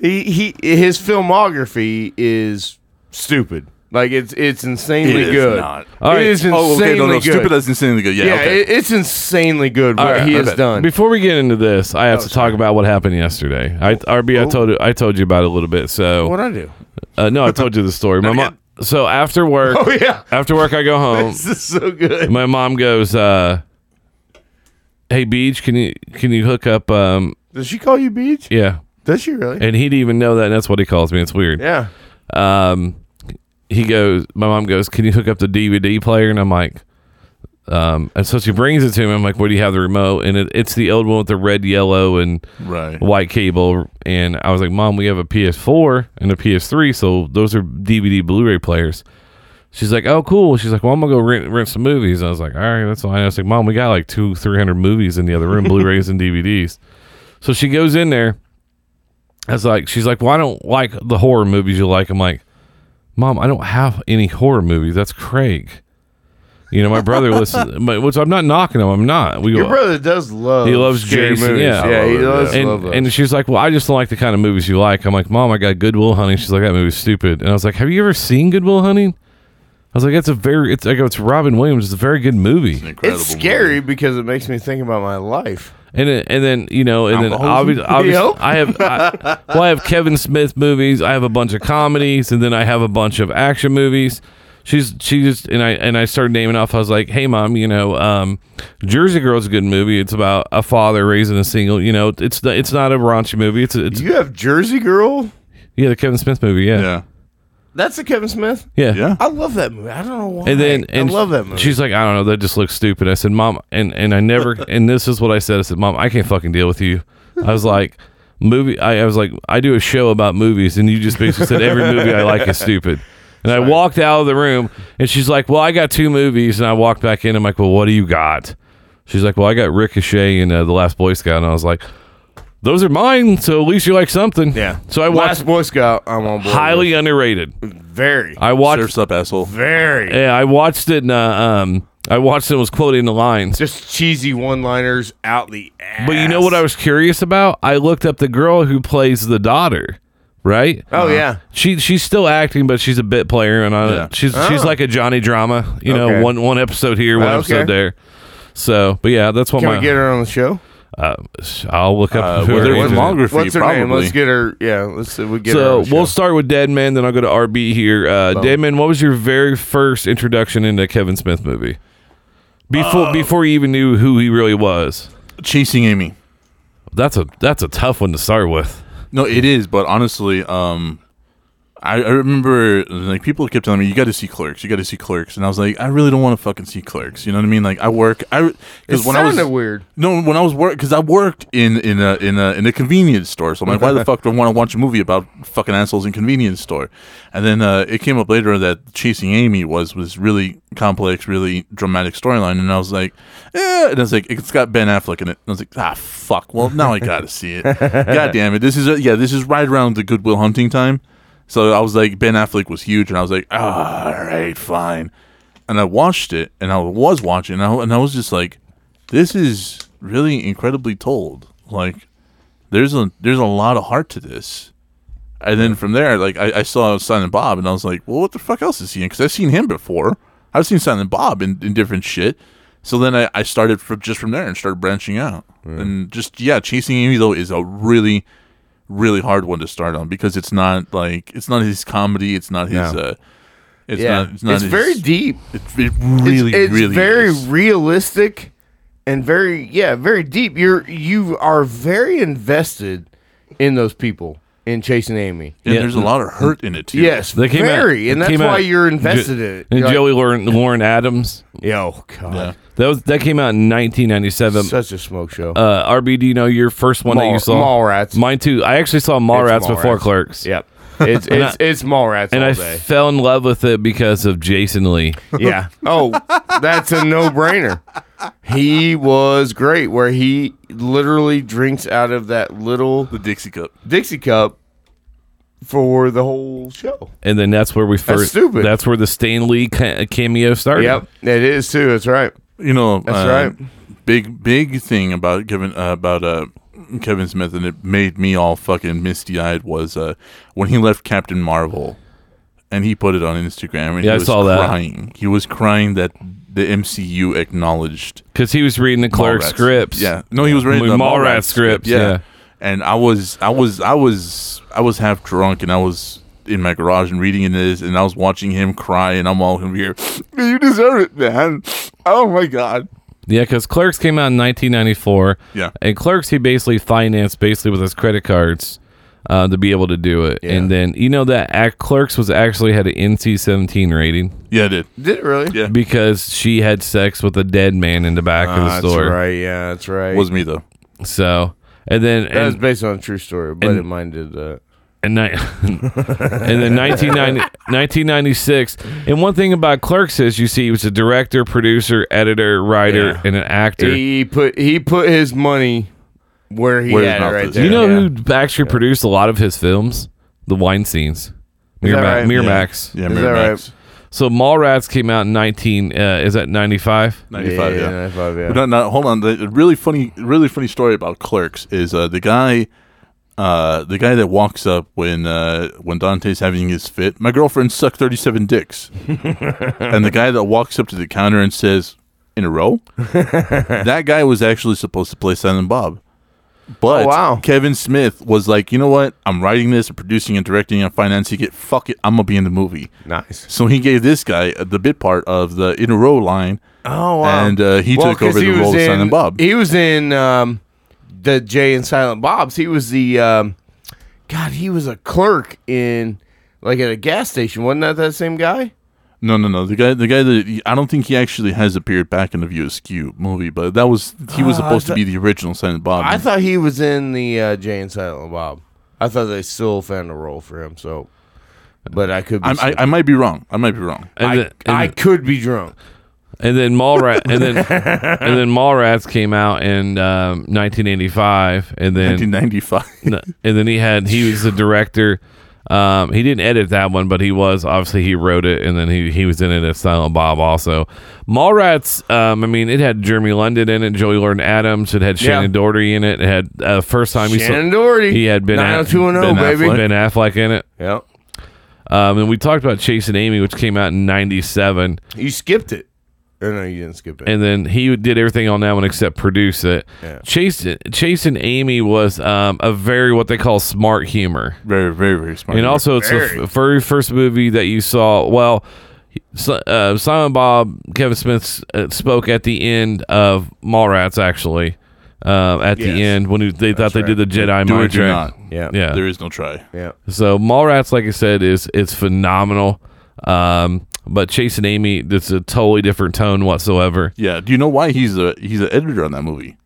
he, he his filmography is stupid. Like it's it's insanely
It is
good.
not.
All right.
It is insanely
Oh, okay. No, no.
good.
Stupid as insanely good. Yeah.
yeah,
okay.
it, it's insanely good what
All right,
he
my
has
bad.
done.
Before we get into this, I have to talk about what happened yesterday. I RB, I told you, I told you about it a little bit. So
What'd I do?
Uh, no, I told you the story. My mom. So after work,
Oh yeah,
after work, I go home.
this is so good.
My mom goes, uh, "Hey, Beach, can you can you hook up?" Um,
Does she call you Beach?
yeah,
Does she really?
and he'd even know that, and that's what he calls me. It's weird.
yeah.
Um, he goes, my mom goes, "Can you hook up the DVD player?" And I'm like, um, and so she brings it to me. I'm like, "What do you have the remote?" And it, it's the old one with the red, yellow, and
right.
white cable and I was like, "Mom, we have a PS4 and a PS3, so those are DVD Blu-ray players." She's like, "Oh, cool." She's like, "Well, I'm gonna go rent rent some movies." I was like, "All right, that's fine." I was like, "Mom, we got like two, three hundred movies in the other room, Blu-rays and DVDs." So she goes in there. I was like, "She's like, well, I don't like the horror movies you like." I'm like, "Mom, I don't have any horror movies. That's Craig." You know, my brother listens, my- which I'm not knocking him. I'm not. We
Your brother does love.
He loves
scary
Jason,
movies.
yeah.
yeah, he
I love
does
it, yeah.
love
and,
those.
and she's like, "Well, I just don't like the kind of movies you like." I'm like, "Mom, I got Goodwill Hunting." She's like, "That movie's stupid." And I was like, "Have you ever seen Goodwill Hunting?" I was like, "That's a very it's I go, it's Robin Williams. It's a very good movie."
Incredible
it's scary
movie.
because it makes me think about my life.
And then, and then you know, and then obviously,
Alcoholism? Yep.
I have I, well, I have Kevin Smith movies. I have a bunch of comedies, and then I have a bunch of action movies. She's she just and I and I started naming off. I was like, "Hey, mom, you know, um, Jersey Girl's a good movie. It's about a father raising a single. You know, it's the, it's not a raunchy movie. It's it's
You have Jersey Girl.
yeah, the Kevin Smith movie.
Yeah.
That's a Kevin Smith.
Yeah.
Yeah.
I love that movie. I don't know why.
And then and
I love that movie.
She's like, I don't know, that just looks stupid. I said, Mom, and and I never and this is what I said. I said, Mom, I can't fucking deal with you. I was like, movie. I, I was like, I do a show about movies, and you just basically said every movie I like is stupid. And I walked out of the room, and she's like, Well, I got two movies, and I walked back in. I'm like, Well, what do you got? She's like, Well, I got Ricochet and uh, The Last Boy Scout, and I was like, Those are mine. So at least you like something.
yeah.
So I watched
Last Boy Scout. I'm on board.
highly underrated.
with. very,
I watched
Surf's up, asshole.
very
yeah, I watched it. And, uh, um, I watched it. and Was quoting the lines.
just cheesy one-liners out the ass.
but you know what I was curious about? I looked up the girl who plays the daughter. Right?
Oh yeah.
She she's still acting, but she's a bit player, and I,
Yeah.
she's she's like a Johnny drama. You know,
Oh. Okay. Oh,
one one episode here, one
Okay.
episode there. So, but yeah, that's what
Can
Oh, my.
we get her on the show?
uh, I'll look up.
Uh,
who
well,
her
there
name
was
is.
longer for you,
What's her
probably.
name? Let's get her. Yeah. Let's we get her.
so
on the
we'll
show.
start with Dead Man, then I'll go to RB here. Uh, Dead Man, what was your very first introduction into a Kevin Smith movie? Before
Uh.
before you even knew who he really was.
Chasing Amy.
That's a that's a tough one to start with.
No, it is, but honestly, um, I, I remember like people kept telling me you got to see Clerks, you got to see Clerks, and I was like, I really don't want to fucking see Clerks. You know what I mean? Like I work, I because
It
when I was
sounded weird.
no, when I was work because I worked in in a in a in a convenience store, so I'm like, why the fuck do I want to watch a movie about fucking assholes in convenience store? And then uh, it came up later that Chasing Amy was was really complex, really dramatic storyline, and I was like, eh, and I was like, it's got Ben Affleck in it, and I was like, ah, fuck. Well, now I gotta see it. God damn it, this is a, yeah, this is right around the Goodwill Hunting time. So I was like, Ben Affleck was huge, and I was like, all right, fine. And I watched it, and I was watching, and I, and I was just like, this is really incredibly told. Like, there's a there's a lot of heart to this. And then from there, like I, I saw Silent Bob, and I was like, well, what the fuck else is he in? Because I've seen him before. I've seen Silent Bob in, in different shit. So then I, I started from just from there and started branching out, and just yeah, chasing Amy though is a really really hard one to start on because it's not like it's not his comedy, it's not his
No.
uh It's
yeah.
not. It's not.
very deep.
It, it really,
it's, it's
really
very
is.
realistic and very yeah, very deep. You're you are very invested in those people in chasing Amy.
And there's a lot of hurt in it too.
Yes,
They came out-
very, and
they
that's
came
why
out-
you're invested in it.
And
You're like,
Joey Lauren, Lauren Adams.
Yo, God,
Yeah.
That was that came out in 1997.
such a smoke show.
Um, uh, RB, do you know your first one that you
Mall-
saw?
Mallrats.
Mine too. I actually saw
It's
Mallrats before
Mallrats.
Clerks.
Yep, it's
And
it's,
I-
it's Mallrats
And
all
I
day.
fell in love with it because of Jason Lee.
Yeah. Oh, that's a no brainer. He was great where he literally drinks out of that little
the Dixie cup.
Dixie cup for the whole show.
And then that's where we first.
stupid.
That's where the Stan Lee ca- cameo started.
Yep. It is too. That's right.
You know, uh,
That's right.
Big big thing about Kevin uh, about uh, Kevin Smith, and it made me all fucking misty eyed was uh, when he left Captain Marvel, and he put it on Instagram. And
Yeah,
he
I
was
saw that.
Crying, he was crying that the MCU acknowledged
Because he was reading the Clerk
Mallrats.
scripts.
Yeah, no, he was reading
Mallrats
the Mallrats
scripts, yeah.
and I was, I was, I was, I was half drunk, and I was in my garage and reading this, and I was watching him cry, and I'm all over here. You deserve it, man. Oh my god.
Yeah, because Clerks came out in 1994.
Yeah.
and Clerks he basically financed basically with his credit cards uh, to be able to do it. And then you know that act, Clerks was actually had an NC-17 rating
Yeah, I did.
Did it really?
Yeah.
because she had sex with a dead man in the back of the
Ah, that's
store.
right. Yeah, that's right.
It was me though.
So and then
that was
and,
based on a true story, but
and-
it minded that.
and, ni- and then 1990, 1996. And one thing about Clerks is you see he was a director, producer, editor, writer,
Yeah.
and an actor.
He put he put his money where he
Where his
had it
mouth
right
is.
there.
you know
yeah.
who actually produced a lot of his films? The wine scenes.
that
Miramax.
right?
Miramax.
Yeah,
Is
Mary
that right?
Max.
So Mallrats came out in 19 uh, is that 95?
Yeah,
95, yeah.
yeah, 95, yeah.
But No, no, hold on. The really funny, really funny story about Clerks is uh, the guy, uh, the guy that walks up when uh, when Dante's having his fit. My girlfriend sucked thirty seven dicks, and the guy that walks up to the counter and says, "In a row." that guy was actually supposed to play Silent Bob. But
Oh, wow.
Kevin Smith was like, you know what? I'm writing this, and producing, and directing, and financing it. Fuck it, I'm gonna be in the movie.
Nice.
So he gave this guy uh, the bit part of the in a row line.
Oh wow!
And, uh, he took
'cause
over the
he was
role of
in,
Silent Bob.
He was in um, the Jay and Silent Bob's. He was the um, God. He was a clerk in like at a gas station. Wasn't that that same guy?
No, no, no. The guy, the guy that I don't think he actually has appeared back in the View Askew movie, but that was he was supposed to be the original Silent Bob.
Uh, I thought he was in the uh, Jay and Silent Bob. I thought they still found a role for him. So, but I could be.
I'm, I, I might be wrong. I might be wrong.
And,
I,
then, and,
I could be drunk.
and then Mallrat and then and then Mallrats came out in um, 1985 and then
1995.
and then he had he was the director um, he didn't edit that one, but he was obviously he wrote it, and then he, he was in it as Silent Bob also. Mallrats, um, I mean, it had Jeremy London in it, Joey Lauren Adams, it had Shannon Doherty in it, it had uh, first time he
Shannon
saw,
Doherty.
he had Ben Aff-
90210,
Ben
baby.
Affleck- Ben Affleck in it.
Yep.
Um, and we talked about Chasing Amy, which came out in '97,
You skipped it. Or no, you didn't skip it.
and then he did everything on that one except produce it.
Yeah.
Chasing Chasing Amy was um, a very what they call smart humor,
Very, very, very smart.
and also it's the f- very first movie that you saw. Well, S- uh, Simon Bob Kevin Smith uh, spoke at the end of Mallrats, actually. Uh, at the
Yes.
end, when he, they thought they did the Jedi mind
do it or
trick.
not.
yeah.
Yeah,
There is no try.
Yeah.
So Mallrats, like I said, is it's phenomenal. Um, but Chase and Amy, that's a totally different tone whatsoever.
Yeah. Do you know why he's a he's an editor on that movie?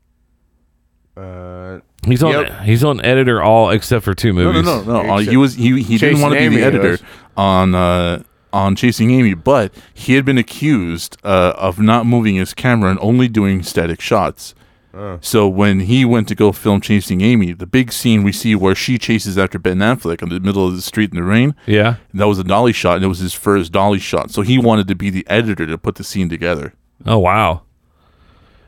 Uh,
He's on
Yep.
he's on editor all except for two
No, no,
movies.
no, no.
Movies.
Uh, he was he he
Chasing
didn't want to be
Amy,
the
he
editor
was.
on uh on Chasing Amy, but he had been accused uh, of not moving his camera and only doing static shots. So when he went to go film Chasing Amy, the big scene we see where she chases after Ben Affleck in the middle of the street in the rain,
Yeah.
that was a dolly shot, and it was his first dolly shot. So he wanted to be the editor to put the scene together.
Oh wow.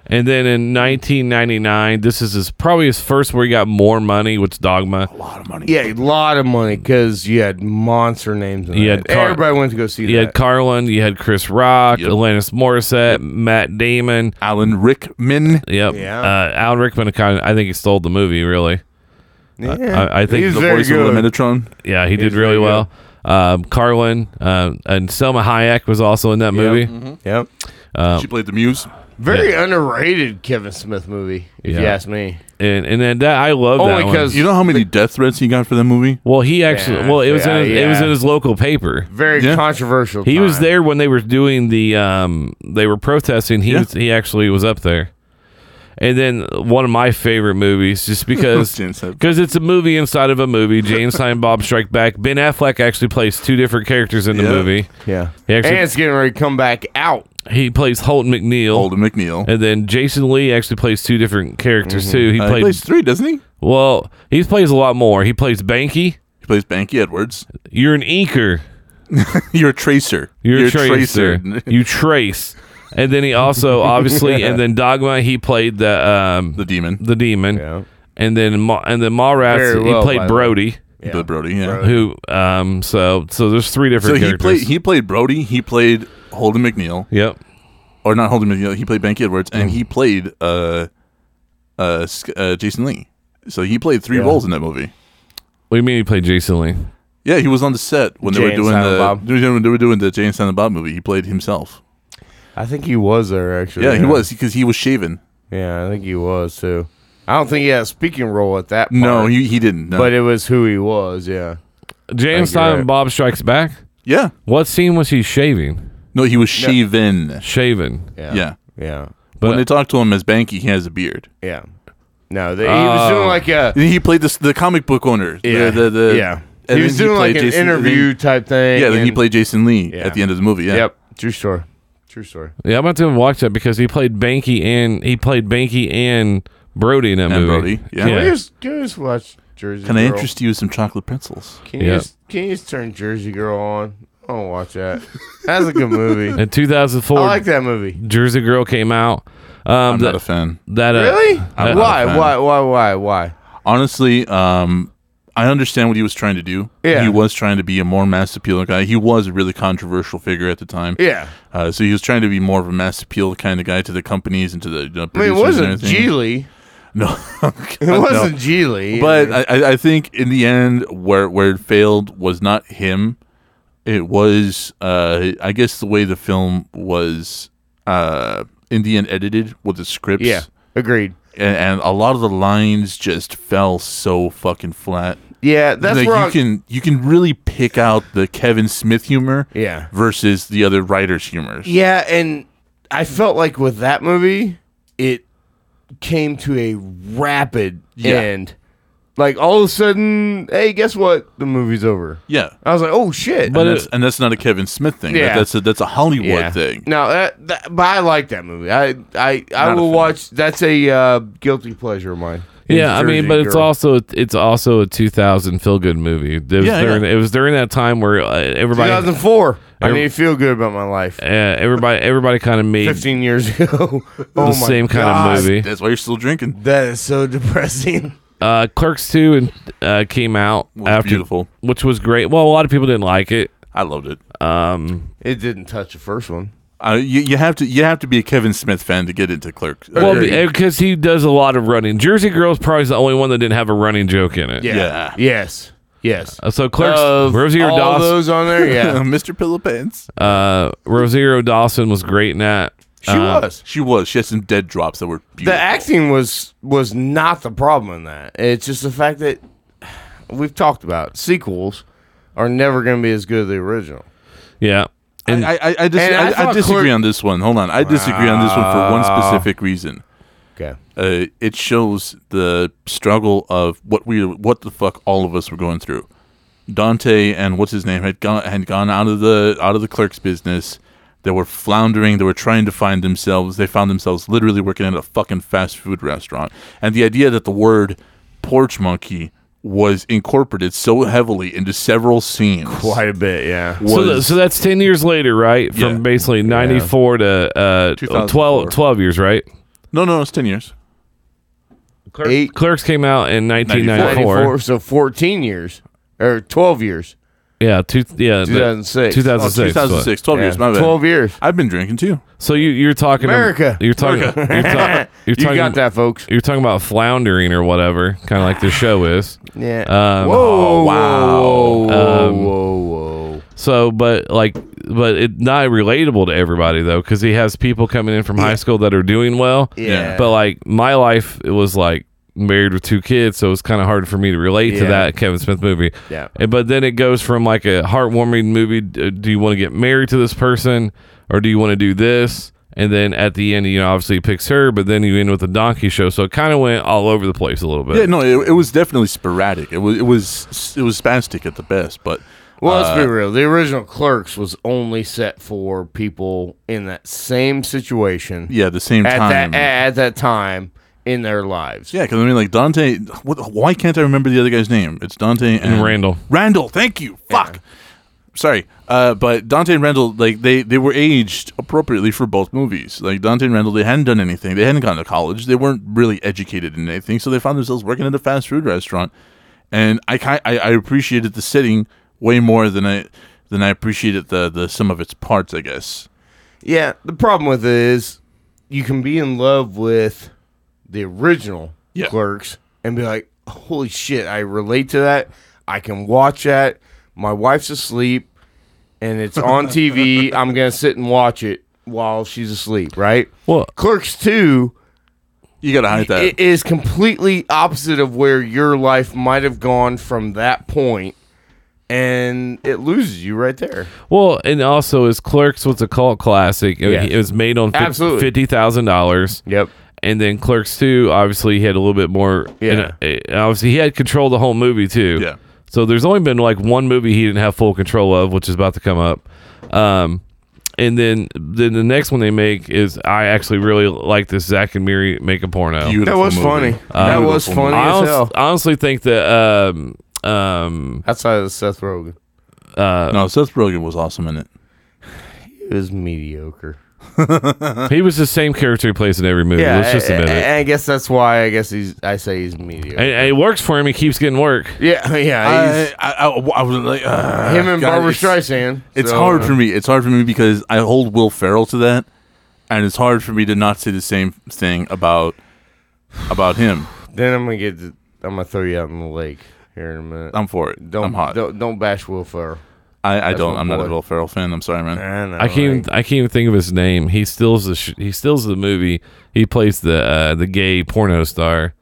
And then in 1999, this is his, probably his first where he got more money, which Dogma.
A lot of money.
Yeah, a lot of money because you had monster names. In
You
that.
had Car-
Everybody went to go see
You
that.
had Carlin, you had Chris Rock,
Yep.
Alanis Morissette, Matt Damon.
Alan Rickman.
Yep.
Yeah.
Uh, Alan Rickman, kind of, I think he stole the movie, really.
yeah.
I, I think
He was
The
very
voice
good.
of the Metatron.
Yeah, he did
was
really
really
well. Um, Carlin uh, and Selma Hayek was also in that movie.
mhm. Yep.
Um,
She played the muse.
Very underrated Kevin Smith movie, if you
Yeah.
ask me.
and and then that I love
Only
that one.
'cause-
You know how many death threats he got for that movie?
Well, he actually
Yeah,
well it was
yeah,
in his, it was
yeah.
in his local paper.
Very
Yeah.
controversial.
He was
time.
there when they were doing the um they were protesting. He
Yeah.
was, he actually was up there. And then one of my favorite movies, just because
Jane said-
because it's a movie inside of a movie. James Time Bob Strike Back. Ben Affleck actually plays two different characters in the
Yeah.
movie.
Yeah.
He actually-
and it's getting ready to come back out.
He plays Holt McNeil,
Holden McNeil.
and then Jason Lee actually plays two different characters too. He
Uh, he
played
plays three, doesn't he?
well, he plays a lot more. He plays Banky.
He plays Banky Edwards.
You're an inker.
You're a tracer.
You're, a tracer. you trace. And then he also obviously and then Dogma he played the um
the
the,
demon.
demon.
Yeah.
And then Ma- and then Mallrats
Very
he
well, by
played
the way.
Brody
Yeah.
The Brody. Yeah.
who um so so there's three
So
different
he
characters.
played he played Brody. He played Holden McNeil,
yep.
or not Holden McNeil. He played Banky Edwards, and he played uh, uh, Sk- uh Jason Lee. So he played three roles in that movie.
What do you mean he played Jason Lee?
Yeah, he was on the set when they
Jay
were
and
doing
Silent
the
Bob.
they were- they were doing the Jay and Silent Bob movie. He played himself.
I think he was there actually.
Yeah, he was because he was shaven.
Yeah, I think he was too. I don't think he had a speaking role at that. Part,
No, he, he didn't. No.
but it was who he was. Yeah.
James
you're
Time
right.
Bob Strikes Back.
yeah,
What scene was he shaving?
no, he was shaven.
Shaven.
Yeah.
Yeah.
Yeah.
when they
But
talk to him as Banky, he has a beard.
Yeah. No, they, he was doing like a
And he played this the comic book owner. The-
yeah,
the- the-
yeah.
and
he was
then
doing like
played
an
Jason-
interview
then-
type thing.
yeah, then he
and-
played Jason Lee
Yeah.
at the end of the movie. Yeah.
Yep. True story. True story.
yeah, I'm about to watch that because he played Banky and he played Banky and Brody in that
And
movie.
Brody, yeah.
Can we just, can we just watch Jersey
Can I
Girl?
interest you with some chocolate pretzels?
Can you
Yeah.
just can you just turn Jersey Girl on? I want to watch that. That's a good movie.
In 2004,
I like that movie.
Jersey Girl came out. Um,
I'm
that,
not a fan.
that, uh,
Really?
I'm not
why?
a fan.
Why? Why? Why? Why?
Honestly, um, I understand what he was trying to do.
Yeah.
He was trying to be a more mass appeal guy. He was a really controversial figure at the time.
Yeah.
Uh, so he was trying to be more of a mass appeal kind of guy to the companies and to the uh,
I mean,
producers
it
and
wasn't
everything.
Geely.
No,
It wasn't Geely.
But I, I- I think in the end, where where it failed was not him. It was, uh, I guess, the way the film was uh, in the end edited with the scripts.
yeah, agreed.
and, and a lot of the lines just fell so fucking flat.
Yeah, that's
like
where
you
I-
can you can really pick out the Kevin Smith humor,
Yeah.
versus the other writers' humors.
Yeah, and I felt like with that movie, it came to a rapid
Yeah.
end. Like all of a sudden, hey, guess what? The movie's over.
yeah.
I was like, oh shit.
and, that's, and that's not a Kevin Smith thing.
Yeah.
That, that's a that's a Hollywood thing.
No, that, that, but I like that movie. I I, I
a
will
fan.
watch. That's a uh, guilty pleasure of mine.
Yeah, I mean,
Jersey
but it's
Girl.
also it's also a 2000 feel good movie. It was,
Yeah,
during,
yeah.
It was during that time where uh, everybody, uh,
2004. I
Every-
need to feel good about my life.
everybody, everybody kind of made
15 years ago. oh
the same kind
God.
of movie.
That's why you're still drinking.
That is so depressing.
Uh, Clerks 2 and uh, came out
Was
after,
beautiful.
which was great. Well, a lot of people didn't like it.
I loved it.
Um,
It didn't touch the first one.
Uh, you, you have to you have to be a Kevin Smith fan to get into Clerks.
well,
Uh,
because he does a lot of running. Jersey Girl's probably the only one that didn't have a running joke in it.
Yeah.
Yeah.
Yes. Yes.
Uh, so Clerks,
Of
Rosie
all
Dawson,
those on there, yeah.
Mr. Pillow Pants.
uh, Rosario Dawson was great in that.
she
Uh,
was.
She was. She had some dead drops that were beautiful.
The acting was was not the problem in that. It's just the fact that we've talked about sequels are never going to be as good as the original.
Yeah. And
I, I, I, dis-
and I
I, I
thought
disagree
Clerk-
on this one. Hold on. I disagree on this one for one specific reason.
Okay.
Uh, it shows the struggle of what we, what the fuck, all of us were going through. Dante and what's his name had gone had gone out of the out of the clerk's business. They were floundering. They were trying to find themselves. They found themselves literally working at a fucking fast food restaurant. And the idea that the word porch monkey was incorporated so heavily into several scenes.
Quite a bit, yeah.
so, th-
was-
so that's 10 years later, right? From
Yeah.
basically 94 to uh, 12,
2004.
12 years, right?
No, no, it's ten years.
Eight-
Clerks came out in 1994.
94, so 14 years or 12 years.
Yeah, two, yeah, the-
2006.
2006.
Oh, 2006, 12
Yeah,
years, my bad.
12 years.
I've been drinking too.
So you, you're talking
America.
You're talking. You're, ta-
You
you're talking.
got that, folks.
You're talking about floundering or whatever, kind of like this show is.
Yeah.
Um,
whoa, wow. Whoa, whoa,
Um,
whoa, whoa.
So, but like, but it's not relatable to everybody though, because he has people coming in from high school that are doing well.
Yeah.
But like my life, it was like married with two kids, so it was kind of hard for me to relate to
Yeah.
that Kevin Smith movie.
Yeah.
And- But then it goes from like a heartwarming movie. d- uh, Do you want to get married to this person, or do you want to do this? And then at the end, you know, obviously he picks her, but then you end with a donkey show. So it kind of went all over the place a little bit.
yeah, no, it, it was definitely sporadic. It was it was it was spastic at the best, but
Well, let's
uh,
be real. The original Clerks was only set for people in that same situation.
Yeah, the same
at
time.
That, at that time in their lives.
yeah, because I mean, like Dante. What, why can't I remember the other guy's name? It's Dante and,
And Randall.
Randall, thank you. Fuck. Sorry, uh, but Dante and Randall, like they they were aged appropriately for both movies. Like Dante and Randall, they hadn't done anything. They hadn't gone to college. They weren't really educated in anything, so they found themselves working at a fast food restaurant. And I ki- I, I appreciated the setting way more than I than I appreciated the the sum of its parts. I guess.
Yeah, the problem with it is you can be in love with the original
Yeah.
Clerks and be like, "Holy shit, I relate to that. I can watch that. My wife's asleep and it's on TV. I'm going to sit and watch it while she's asleep, right?"
Well,
Clerks 2
You gotta hide that.
it is completely opposite of where your life might have gone from that point and it loses you right there.
Well, and also his Clerks was a cult classic. It,
Yeah.
it was made on
Absolutely.
fifty thousand dollars.
Yep.
And then Clerks two, obviously he had a little bit more.
Yeah.
and, uh, obviously he had control of the whole movie too.
Yeah.
So there's only been like one movie he didn't have full control of, which is about to come up. Um, and then then the next one they make is I actually really like this Zach and Miri make a porno.
That
Beautiful
was
movie.
funny. that
Beautiful
was
movie.
funny
I
as
honest-
hell.
honestly think that um um
Outside of Seth Rogen.
no, Seth Rogen was awesome in it.
It was mediocre.
he was the same character he plays in every movie. Let's just admit
I,
it.
I- I guess that's why I guess he's. I say he's mediocre.
And, uh, and it works for him. He keeps getting work.
yeah, yeah. He's,
I, I, I, I was like, uh,
him and
God,
Barbara
it's-
Streisand.
It's
so- uh,
hard for me. It's hard for me because I hold Will Ferrell to that, and it's hard for me to not say the same thing about about him.
Then I'm gonna get. To, I'm gonna throw you out in the lake here in a minute.
I'm for it.
don't
I'm hot.
Don't, don't bash Will Ferrell.
I, I don't.
my
I'm not a
boy.
Will Ferrell fan. I'm sorry, man.
I, know,
I can't. Even,
like-
I can't even think of his name. He steals the. Sh- he steals the movie. He plays the uh, the gay porno star.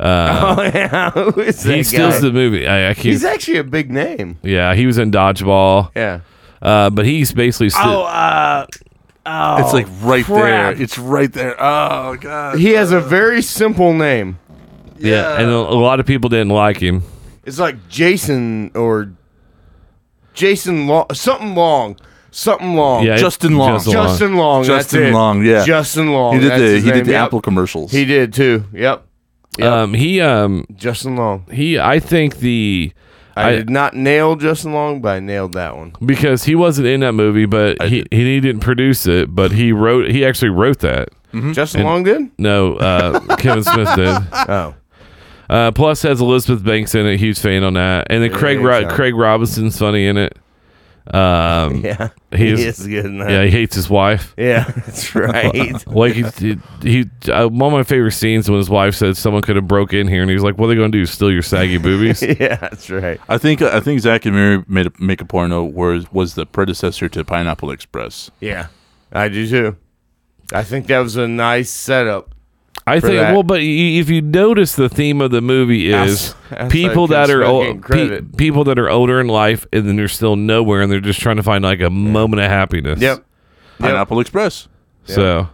Uh,
oh yeah, who is that
he steals
guy?
the movie. I, I can't.
He's actually a big name.
yeah, he was in Dodgeball.
Yeah.
Uh, but he's basically. Sti-
uh,
it's like right
crap.
there. It's right there. Oh god.
he has a very simple name.
yeah, and a, a lot of people didn't like him.
It's like Jason or Jason Long, something long, something long.
Yeah,
Justin Long.
Justin Long.
Oh, Justin Long. that's
Justin
it.
Long, yeah.
Justin Long.
he did
that's
the
his
he
name,
did the
yep.
Apple commercials.
He did too. Yep. Yep.
Um, he um
Justin Long.
he. I think the.
I,
I-
did not nail Justin Long, but I nailed that one.
because he wasn't in that movie, but he, he didn't produce it, but he wrote he actually wrote that.
Justin Long did.
No, uh, Kevin Smith did.
Oh,
Uh, plus has Elizabeth Banks in it. Huge fan on that. And then Craig Ro-
exactly.
Craig Robinson's funny in it. Um,
yeah.
He
He
is-
is, good in that.
yeah, he hates his wife.
Yeah, that's right.
Like he, he, he uh, one of my favorite scenes when his wife said someone could have broke in here, and he's like, "What are they going to do? Steal your saggy boobies?"
yeah, that's right.
I think I think Zach and Mary made a, make a porno was was the predecessor to Pineapple Express.
Yeah, I do too. I think that was a nice setup.
I
For
think.
that.
Well, but y- if you notice, the theme of the movie is
Outs- outside
people that are
construction
old, pe-
credit.
people that are older in life, and then they're still nowhere, and they're just trying to find like a moment of happiness.
Yep.
Pineapple Express.
So,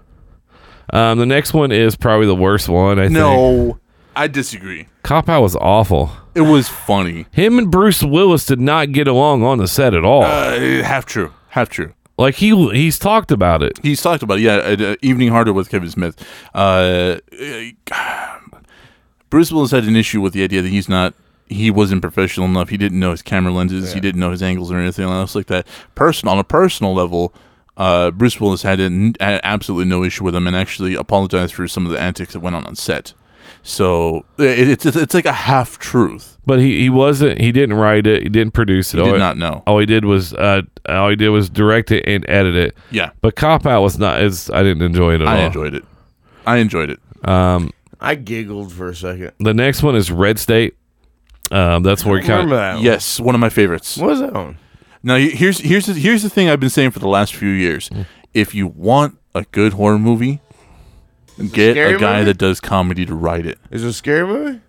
um, the next one is probably the worst one. I think.
No, I disagree.
Cop Out was awful.
It was funny.
Him and Bruce Willis did not get along on the set at all.
Uh, half true. Half true.
like he he's talked about it.
He's talked about it, yeah, at, uh, Evening Harder with Kevin Smith. Uh, uh, Bruce Willis had an issue with the idea that he's not, he wasn't professional enough. He didn't know his camera lenses. He didn't know his angles or anything else like that. Person on a personal level, uh, Bruce Willis had, an, had absolutely no issue with him and actually apologized for some of the antics that went on on set. So it, it's it's like a half truth.
But he, he wasn't he didn't write it, he didn't produce it.
He
all,
did not know.
All he did was uh all he did was direct it and edit it.
Yeah,
But Cop Out was not is I didn't enjoy it at
I
all.
enjoyed it. I enjoyed it.
I giggled for a second.
The next one is Red State. Um that's where he kind
Remember
of
that? one?
Yes, one of my favorites.
What was that on?
Now he- here's here's the, here's the thing I've been saying for the last few years. If you want a good horror movie, get a,
scary
guy
movie?
that does comedy to write it.
Is it a scary movie?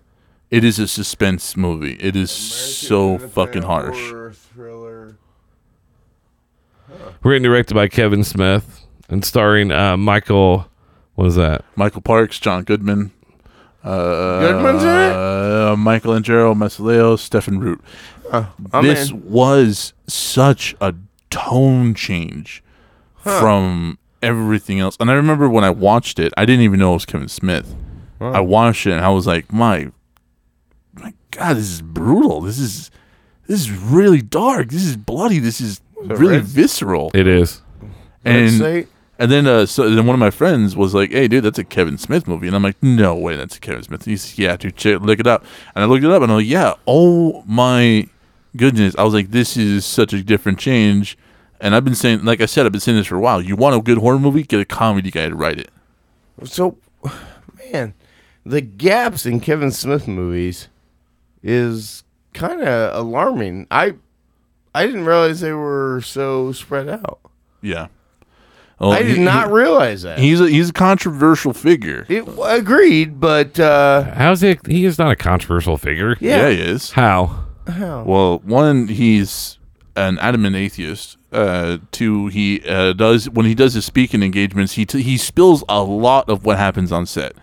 It is a suspense movie. It is so fucking harsh.
Written and directed by Kevin Smith and starring uh, Michael. What is that?
Michael Parks, John Goodman. Uh,
Goodman's in it?
Uh, Michael Angelo, Masaleo, Stephen Root.
I'm
this
in.
was such a tone change from everything else. And I remember when I watched it, I didn't even know it was Kevin Smith. I watched it and I was like, my, my God, this is brutal. This is, this is really dark. This is bloody. This is really
Red-
visceral.
It is.
Red
And
State?
and then uh, so then one of my friends was like, "Hey, dude, that's a Kevin Smith movie," and I'm like, "No way, that's a Kevin Smith." He's yeah, dude, check, look it up. And I looked it up, and I'm like, "Yeah, oh my goodness!" I was like, "This is such a different change." And I've been saying, like I said, I've been saying this for a while. You want a good horror movie? Get a comedy guy to write it.
So, man, the gaps in Kevin Smith movies is kind of alarming. I I didn't realize they were so spread out.
Yeah. Well,
I did
he-
not
he-
realize that.
he's a he's a controversial figure.
it, agreed, but uh,
How's he? He is not a controversial figure.
yeah.
yeah he is.
How?
Well, one, he's an adamant atheist. Uh, two, he uh, does when he does his speaking engagements, he t- he spills a lot of what happens on set.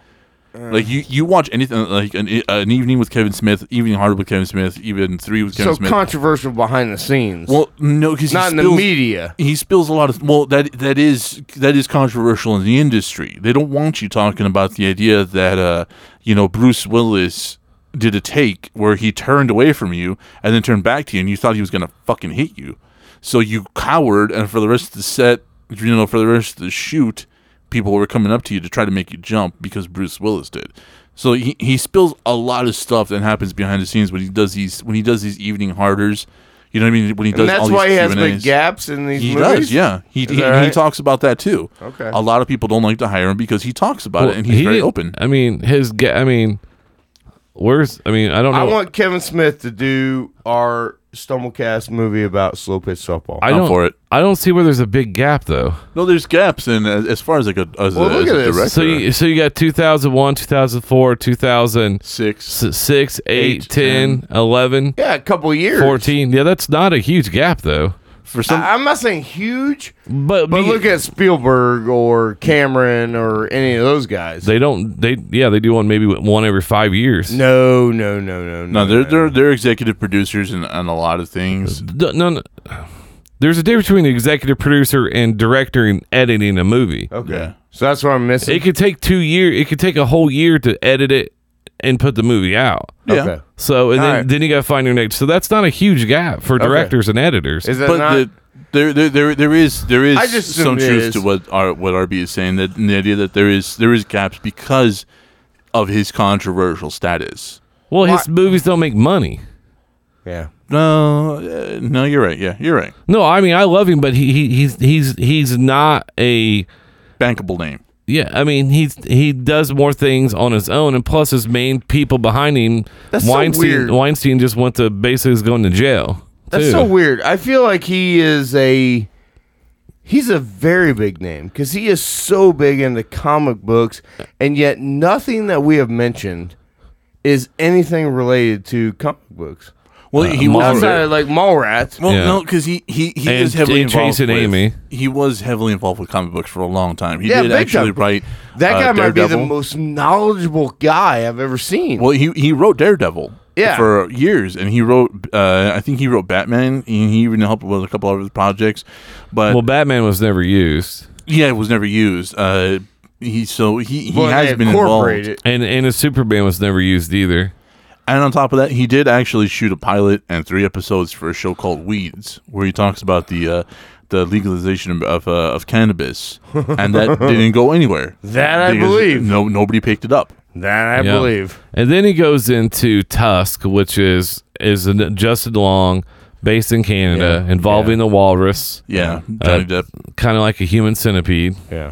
Like you, you watch anything like an, an evening with Kevin Smith, evening hard with Kevin Smith, even three with Kevin
so
Smith.
controversial behind the scenes.
well, no, because
not in the media.
He spills a lot of well that that is that is controversial in the industry. They don't want you talking about the idea that uh you know Bruce Willis did a take where he turned away from you and then turned back to you and you thought he was going to fucking hit you. So you cowered and for the rest of the set, you know, for the rest of the shoot, people were coming up to you to try to make you jump because Bruce Willis did. So he, he spills a lot of stuff that happens behind the scenes when he does these when he does these evening harders. You know what I mean? When he does
And that's
all these
why he has
Q&As.
big gaps in these
He
movies.
does, yeah. He
Is
he,
that
he
right?
talks about that too.
Okay.
A lot of people don't like to hire him because he talks about it and he's
He
very
didn't-
open.
I mean, his. ga- I mean, where's? I mean, I don't know.
I want Kevin Smith to do our Stumblecast movie about slow pitch softball.
I
I'm
don't.
for it.
I don't see where there's a big gap though.
No, there's gaps in as, as far as like a as,
Well,
a,
look
as
at
a
this.
director.
So you, so you got 2001, 2004, 2006,
six.
8,
Eight,
10, 11,
yeah, a couple years.
14. Yeah, that's not a huge gap though.
For some,
I- I'm not saying huge,
But
But
be-
look at Spielberg or Cameron or any of those guys.
they don't they yeah, they do one maybe one every 5 years.
no, no, no, no, no.
no, they're they're they're executive producers and on a lot of things.
D- no, no. There's a difference between executive producer and director and editing a movie.
okay.
Yeah.
So that's what I'm
It
missing.
could take 2 year, it could take a whole year to edit it and put the movie out.
Yeah.
Okay.
So and then,
Alright.
then you got to find your next. So that's not a huge gap for directors and editors.
Is that
But
not?
the, there, there, there, there is there is
I just
some
assumed it
truth
is.
to what R, what RB is saying that and the idea that there is there is gaps because of his controversial status.
well, his movies don't make money.
yeah.
No, uh, no, you're right. Yeah, you're right.
No, I mean I love him, but he, he he's he's he's not a
Bankable name.
yeah. I mean he's he does more things on his own, and plus his main people behind him.
That's so
Weinstein
weird.
Weinstein just went to basically is going to jail.
That's
too.
so weird. I feel like he is a he's a very big name because he is so big into comic books, and yet nothing that we have mentioned is anything related to comic books.
Well, he
Mallrats.
was
Outside of like Mallrats,
Well,
Uh, Yeah.
no, because he he, he
And-
is heavily
and
involved.
Chasing
with-
Amy.
He was heavily involved with comic books for a long time. He
Yeah,
did
big
actually
time.
write
that
uh,
guy might be the
Daredevil.
most knowledgeable guy I've ever seen.
Well, he he wrote Daredevil.
Yeah.
for years, and he wrote. Uh, I think he wrote Batman. and He even helped with a couple other projects, but
Well, Batman was never used,
yeah, it was never used. Uh, he so he, he
Well,
has
they
been involved,
incorporate
and
it.
and and his Superman was never used either.
on top of that, he did actually shoot a pilot and three episodes for a show called Weeds, where he talks about the. Uh, the legalization of uh, of cannabis, and that didn't go anywhere.
That I
Because
believe.
No, nobody picked it up.
That I
Yeah.
believe.
And then he goes into Tusk, which is is an Justin Long, based in Canada, involving the walrus,
Yeah, Johnny
Uh,
Depp.
kind of like a human centipede.
Yeah.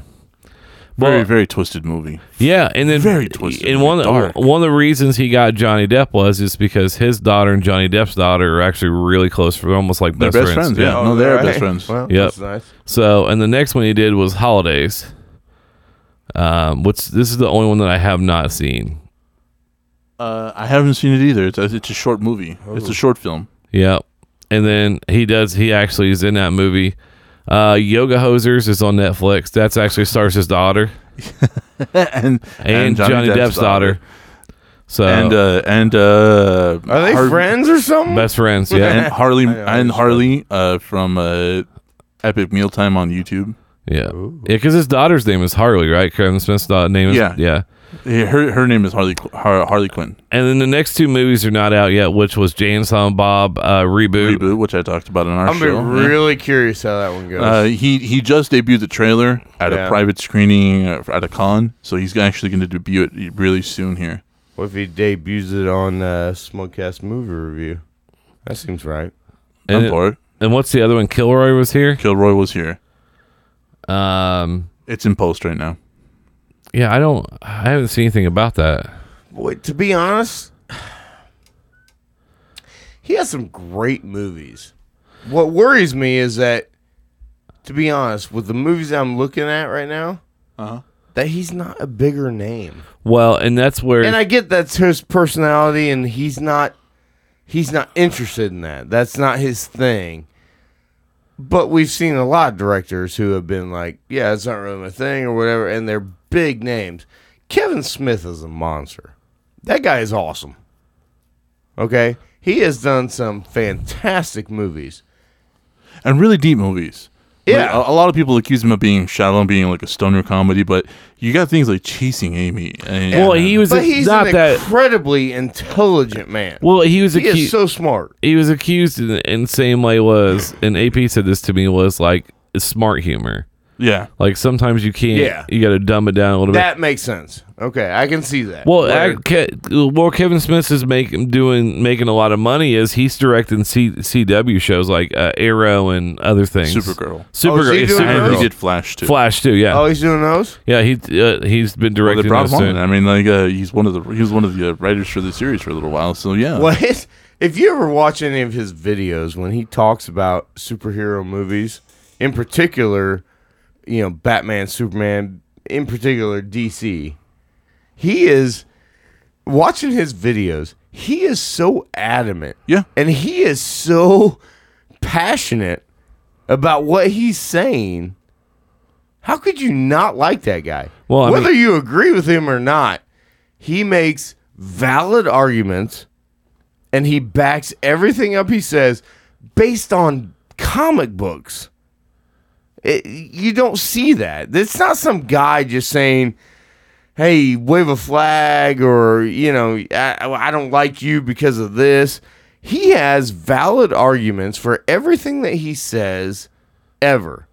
Very, very twisted movie.
Yeah, and then
Very twisted,
And one
dark.
one of the reasons he got Johnny Depp was is because his daughter and Johnny Depp's daughter are actually really close. They're almost like
They're
best,
best
friends.
friends, yeah. No, they're best friends.
Oh, Well,
Yep.
that's nice.
So, and the next one he did was Holidays. Um, which this is the only one that I have not seen.
Uh, I haven't seen it either. It's a, it's a short movie.
Oh.
It's a short film.
Yep. And then he does. He actually is in that movie. Uh, Yoga Hosers is on Netflix. That's actually stars his daughter
and,
and, Johnny, Depp's, daughter. So
And uh, and uh,
Are they
Har-
friends or something?
best friends. Yeah.
And Harley
I
and Harley uh, from uh, Epic Mealtime on YouTube.
Yeah, yeah, because his daughter's name is Harley, right? Kevin Smith's da- name is
Yeah.
yeah.
Yeah, Her her name is Harley Qu- Har- Harley Quinn
And then the next two movies are not out yet, which was James Silent Bob uh, reboot.
reboot, which I talked about in our
I'm be
show. Yeah.
really curious how that one goes.
Uh, he he just debuted the trailer at
Yeah.
a private screening uh, at a con, so he's actually going to debut it really soon here.
what if he debuts it on uh, Smugcast Movie Review? That seems right.
I'm
And,
for it.
and what's the other one? Kilroy was here.
Kilroy was here.
Um,
It's in post right now.
yeah, I don't, I haven't seen anything about that.
Boy, to be honest, he has some great movies. What worries me is that, to be honest, with the movies I'm looking at right now,
Uh-huh.
that he's not a bigger name.
Well, and that's where
And I get that's his personality, and he's not he's not interested in that. That's not his thing. But we've seen a lot of directors who have been like, "Yeah, it's not really my thing," or whatever, and they're big names. Kevin Smith is a monster. That guy is awesome. Okay, he has done some fantastic movies.
and really deep movies. Like,
Yeah.
a, a lot of people accuse him of being shallow and being like a stoner comedy, but you got things like Chasing Amy. And,
well, he was
But he's
not
an
that.
incredibly intelligent man.
well, he was
he
accused.
is so smart.
he was accused in, in same way was, and AP said this to me was like smart humor.
yeah,
Like sometimes you can't.
Yeah.
You got to dumb it down a little bit.
That makes sense. Okay, I can see that.
Well,
Where-
ac- Ke- well, Kevin Smith is making doing making a lot of money. Is he's directing C- CW shows like uh, Arrow and other things.
Oh,
Supergirl.
is
Supergirl,
he
yeah,
doing
and
Supergirl.
he
Supergirl.
did Flash too.
Flash too. Yeah,
oh, he's doing those.
yeah. He uh, he's been
Well,
directing.
they brought him
those
on.
too.
I mean, like uh, he's one of the he was one of the uh, writers for the series for a little while. So yeah,
Well, his, if you ever watch any of his videos when he talks about superhero movies, in particular, you know, Batman, Superman, in particular DC, he is watching his videos. He is so adamant.
Yeah.
And he is so passionate about what he's saying. How could you not like that guy?
Well, I
whether you agree with him or not, he makes valid arguments and he backs everything up he says based on comic books. It, you don't see that. It's not some guy just saying, "Hey, wave a flag," or you know, I, "I don't like you because of this." He has valid arguments for everything that he says, ever.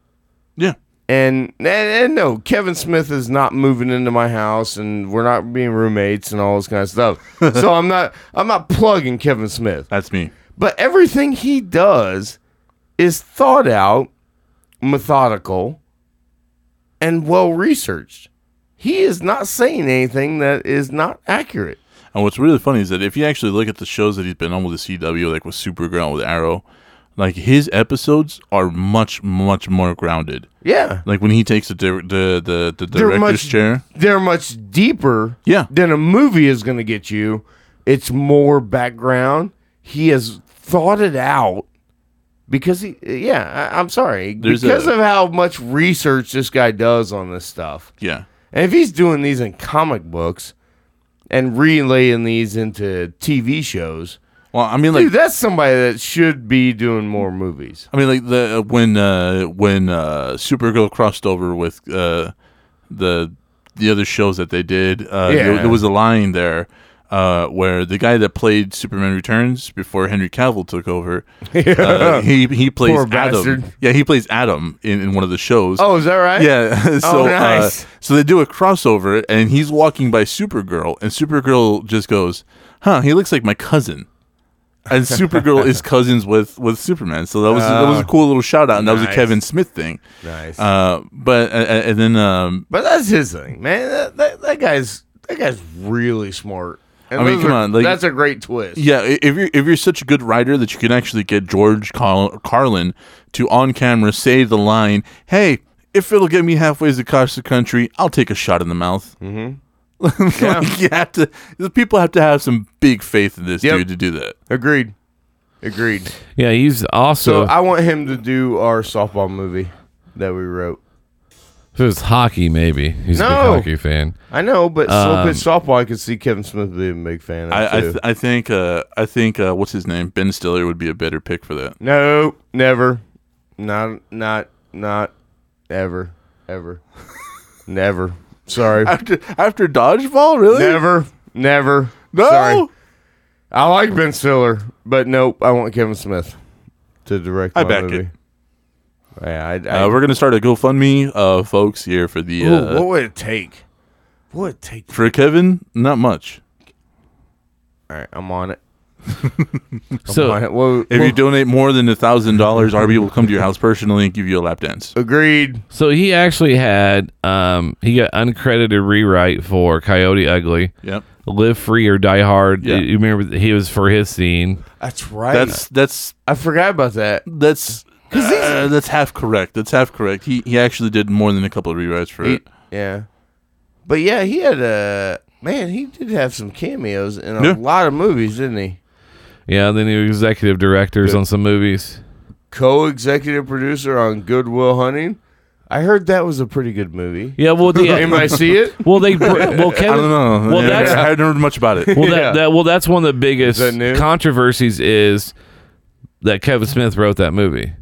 yeah.
And, and and no, Kevin Smith is not moving into my house, and we're not being roommates and all this kind of stuff. so I'm not I'm not plugging Kevin Smith.
That's me.
But everything he does is thought out, methodical, and well researched. He is not saying anything that is not accurate.
And what's really funny is that if you actually look at the shows that he's been on with the CW, like with Supergirl, with Arrow, like his episodes are much much more grounded.
Yeah.
Like when he takes the dir- the the, the
They're
director's
much-
chair.
They're much deeper
Yeah.
than a movie is going to get you. It's more background. He has thought it out because he, yeah, I, I'm sorry.
There's
because
a-
of how much research this guy does on this stuff.
Yeah.
And if he's doing these in comic books and relaying these into TV shows,
Well, I mean, like
dude, that's somebody that should be doing more movies.
I mean, like the when uh, when uh, Supergirl crossed over with uh, the the other shows that they did, uh, there,
Yeah.
there was a line there uh, where the guy that played Superman Returns before Henry Cavill took over, uh, he he plays
Poor
Adam.
bastard.
Yeah, he plays Adam in, in one of the shows.
Oh, is that right?
Yeah, so
Oh, nice.
uh, so they do a crossover, and he's walking by Supergirl, and Supergirl just goes, "Huh, he looks like my cousin," and Supergirl is cousins with with Superman. So that was that was a cool little shout out, and that was
Oh, Nice.
a Kevin Smith thing.
Nice.
Uh, but a- a- and then um,
But that's his thing, man. That, that, that guy's that guy's really smart. And
I mean,
those
come
are-
on, like-
that's a great twist.
yeah, i- if you're if you're such a good writer that you can actually get George Carl- Carlin to on camera say the line, "Hey, if it'll get me halfway across the country, I'll take a shot in the mouth." Mm-hmm. you have to. The people have to have some big faith in this
Yep.
dude to do that.
Agreed. Agreed.
Yeah, he's
So
also
I want him to do our softball movie that we wrote.
so it's hockey. Maybe he's a
No.
big hockey fan.
I know, but
Um,
slow pitch softball, I could see Kevin Smith being a big fan. Of
I I,
too.
th- I think uh, I think uh, what's his name Ben Stiller would be a better pick for that.
no, never, not not not ever ever never. Sorry,
After after dodgeball, really?
never never.
No.
Sorry. I like Ben Stiller, but nope. I want Kevin Smith to direct.
I
my
back
movie.
it.
Yeah, I, I,
Uh, we're gonna start a GoFundMe, uh, folks, here for the
Ooh,
uh,
what would it take? What would it take?
for Kevin. Not much.
All right, I'm on it. I'm
So
on it. Well,
If you donate more than a thousand dollars, RB will come to your house personally and give you a lap dance.
agreed.
So he actually had um he got uncredited rewrite for Coyote Ugly,
Yep,
Live Free or Die Hard.
Yeah.
You remember he was for his scene.
That's right.
that's that's
I forgot about that.
that's uh, that's half correct. That's half correct. He he actually did more than a couple of rewrites for
He-
it.
yeah, but yeah, he had a man. He did have some cameos in a
Yeah.
lot of movies, didn't he?
Yeah, then he was executive directors on some movies.
Co-executive producer on Goodwill Hunting. I heard that was a pretty good movie.
Yeah, well the
Anybody see it?
well they br- well Kevin
I don't know.
well
Yeah,
that's
I haven't heard much about it.
well that,
Yeah.
that well that's one of the biggest
that new?
controversies is that Kevin Smith wrote that movie.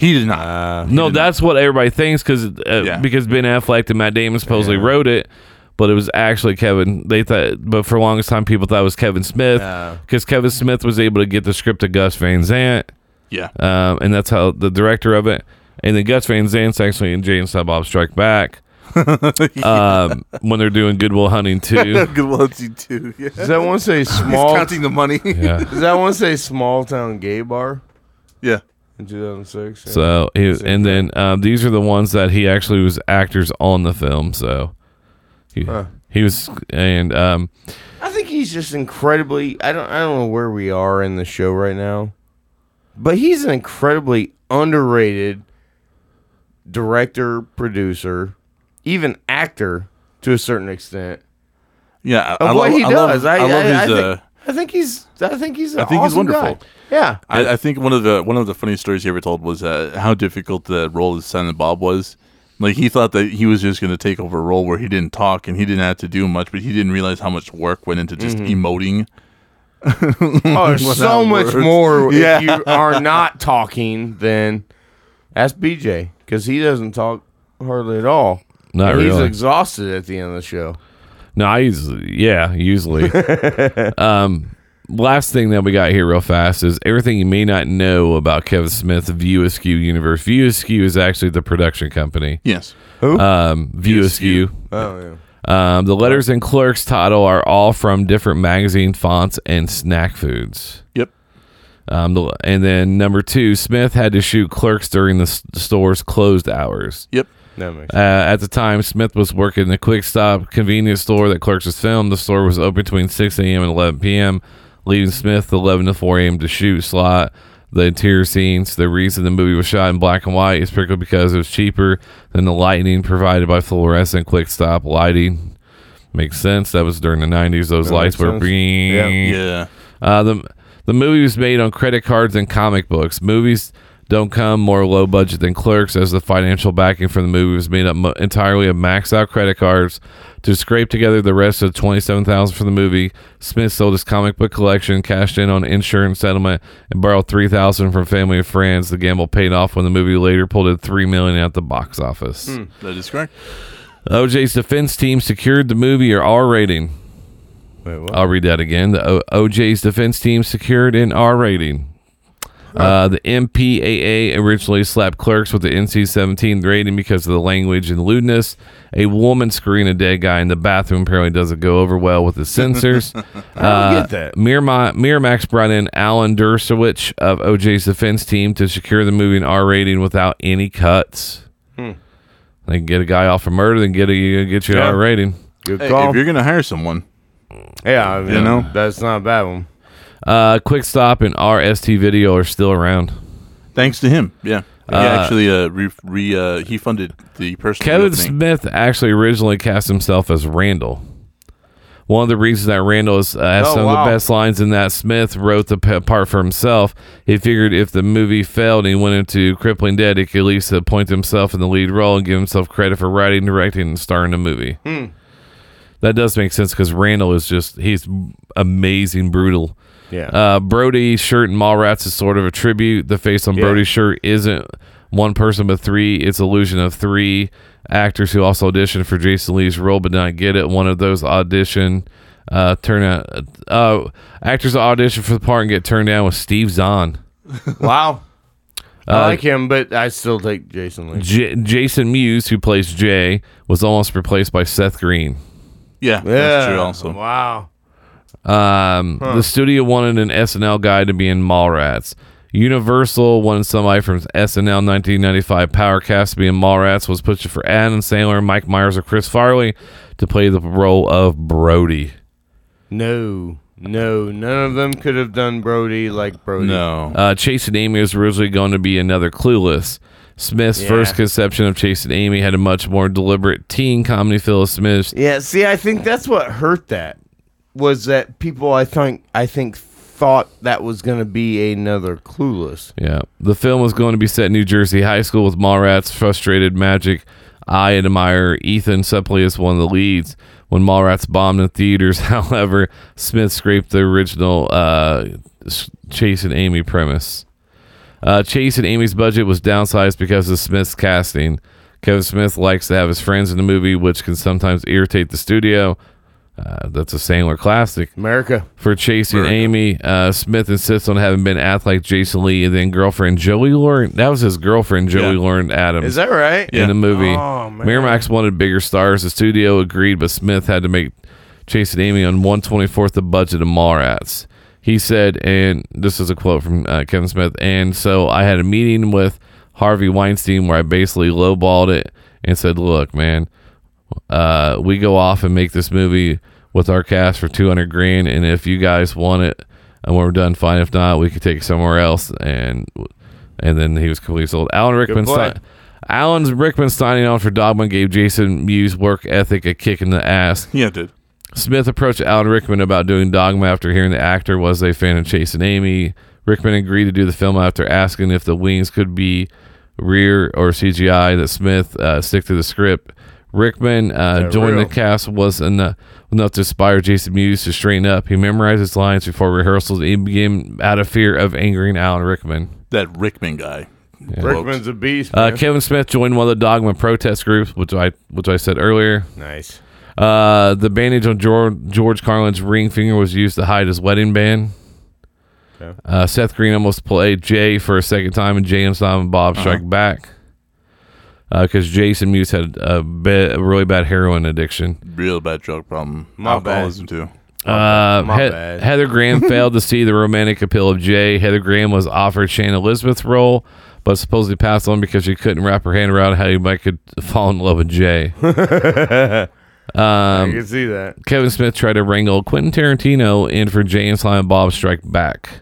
He did not.
No, that's what everybody thinks because uh,
Yeah.
because Ben Affleck and Matt Damon supposedly wrote it, but it was actually Kevin. They thought, but for the longest time, people thought it was Kevin Smith
Uh,
because Kevin Smith was able to get the script to Gus Van Zant,
yeah.
um, and that's how the director of it. And then Gus Van Zant's actually in Jay and Silent Bob Strike Back um, when they're doing Goodwill Hunting too.
Good luck to you too. Yeah.
Does that one say small?
the money.
Yeah.
Does that one say small town gay bar
yeah.
in 2006?
So he, and then um, these are the ones that he actually was actors on the film. So he, he was and um,
I think he's just incredibly. I don't. I don't know where we are in the show right now, but he's an incredibly underrated director, producer, even actor to a certain extent.
Yeah.
Of what
love-
he does,
love, I, love his.
think,
uh,
I think he's. I think he's.
I
I
think he's wonderful.
Yeah.
I, I think one of the one of the funny stories he ever told was uh, how difficult the role of Silent Bob was. Like he thought that he was just going to take over a role where he didn't talk and he didn't have to do much, but he didn't realize how much work went into just
Mm-hmm.
emoting.
Oh, there's so
Without
much
words.
more
Yeah.
if you are not talking than ask BJ because he doesn't talk hardly at all.
Not
and He's
really.
exhausted at the end of the show.
No, I usually, yeah, usually. um, last thing that we got here real fast is everything you may not know about Kevin Smith's View Askew universe. View Askew is actually the production company.
Yes,
Um, View Askew.
Oh yeah.
Um, the letters in Clerk's title are all from different magazine fonts and snack foods.
yep,
Um, the, and then number two, Smith had to shoot Clerks during the s- store's closed hours.
yep.
That makes
Uh, at the time, Smith was working in the Quick Stop convenience store that Clerks was filmed. The store was open between 6 a.m. and 11 p.m., leaving Smith the 11 to 4 a.m. to shoot slot the interior scenes. The reason the movie was shot in black and white is strictly because it was cheaper than the lighting provided by fluorescent Quick Stop lighting. Makes sense. That was during the 90s. Those
That
lights
makes
were
sense.
being.
Yeah.
Yeah,
Uh, the the movie was made on credit cards and comic books. Movies don't come more low budget than Clerks, as the financial backing for the movie was made up mo- entirely of maxed out credit cards. To scrape together the rest of twenty seven thousand for the movie, Smith sold his comic book collection, cashed in on insurance settlement, and borrowed three thousand from family and friends. The gamble paid off when the movie later pulled in three million at the box office.
that is correct.
OJ's defense team secured the movie or R rating.
Wait, what?
I'll read that again. The o- OJ's defense team secured an R rating. Uh, the MPAA originally slapped clerks with the NC-17 rating because of the language and lewdness. A woman screwing a dead guy in the bathroom apparently doesn't go over well with the censors.
I don't get that.
Miramax, Miramax brought in Alan Dershowitz of OJ's defense team to secure the movie an R rating without any cuts. They can get a guy off for murder, then get a get you an
Yeah.
R rating.
Good
Hey,
call.
if you're gonna hire someone,
yeah, I mean,
You know?
that's not a bad one.
Uh, Quick Stop and RST Video are still around.
thanks to him, yeah, he
Uh,
actually uh, re, re uh, he funded the person.
Kevin Smith actually originally cast himself as Randall. One of the reasons that Randall is, uh, has
Oh,
some of
wow.
the best lines in that Smith wrote the p- part for himself. He figured if the movie failed and he went into Crippling Dead, he could at least appoint himself in the lead role and give himself credit for writing, directing, and starring the movie.
Hmm.
That does make sense because Randall is just, he's amazing, brutal.
Yeah.
Uh, Brody's shirt and Mallrats is sort of a tribute. The face on
Yeah.
Brody's shirt isn't one person but three. It's illusion of three actors who also auditioned for Jason Lee's role but did not get it. One of those audition uh, turn out uh, actors audition for the part and get turned down with Steve Zahn.
wow. I like him, but I still take Jason Lee.
J- Jason Mewes, who plays Jay, was almost replaced by Seth Green.
Yeah, that's true. Also,
Wow.
Um, The studio wanted an SNL guy to be in Mallrats. Universal wanted somebody from SNL 1995 Powercast to be in Mallrats. Was pushing for Adam Sandler, Mike Myers, or Chris Farley to play the role of Brody.
No, no, none of them could have done Brody like Brody.
no,
Uh, Chase and Amy was originally going to be another Clueless. Smith's
Yeah.
first conception of Chase and Amy had a much more deliberate teen comedy feel. as Smith's
Yeah, see, I think that's what hurt that was that people I think I think thought that was going to be another Clueless.
Yeah. The film was going to be set in New Jersey High School with Mallrats, Frustrated Magic, I Admire, Ethan Suppley as one of the leads. When Mallrats bombed in theaters, however, Smith scraped the original uh, s- Chase and Amy premise. Uh, Chase and Amy's budget was downsized because of Smith's casting. Kevin Smith likes to have his friends in the movie, which can sometimes irritate the studio. Uh, that's a Sandler classic
America.
for chasing Amy. Uh, Smith insists on having been act like Jason Lee and then girlfriend Joey Lauren. That was his girlfriend Joey
Yeah.
Lauren Adams
Is that right?
in the movie.
Oh, man.
Miramax wanted bigger stars. The studio agreed, but Smith had to make Chase and Amy on one twenty fourth the budget of Mallrats. He said, and this is a quote from uh, Kevin Smith. And so I had a meeting with Harvey Weinstein where I basically lowballed it and said, "Look, man, uh, we go off and make this movie with our cast for 200 grand and if you guys want it and when we're done fine if not we could take it somewhere else and and then he was completely sold alan rickman
play.
si- alan rickman signing on for dogman gave jason mewes work ethic a kick in the ass
yeah, dude.
Smith approached Alan Rickman about doing Dogma after hearing the actor was a fan of Chase and Amy. Rickman agreed to do the film after asking if the wings could be rear or CGI. That Smith uh, stick to the script. Rickman uh, joining
real?
the cast was enough, enough to inspire Jason Mewes to straighten up. He memorized his lines before rehearsals. He began out of fear of angering Alan Rickman.
That Rickman guy.
Rickman's a beast.
Uh,
man.
Kevin Smith joined one of the Dogma protest groups, which I which I said earlier.
nice.
Uh, the bandage on George, George Carlin's ring finger was used to hide his wedding band. Uh, Seth Green almost played Jay for a second time, and Jay and Simon Bob
Uh-huh.
strike back because Jason Mewes had a, bit, a really bad heroin addiction.
Real bad drug problem.
My bad.
Alcoholism too.
Uh,
My
He-
bad.
Heather Graham failed to see the romantic appeal of Jay. Heather Graham was offered Shane Elizabeth's role, but supposedly passed on because she couldn't wrap her hand around how you might could fall in love with Jay.
I can see that.
Kevin Smith tried to wrangle Quentin Tarantino in for James Lyon Bob Strike Back.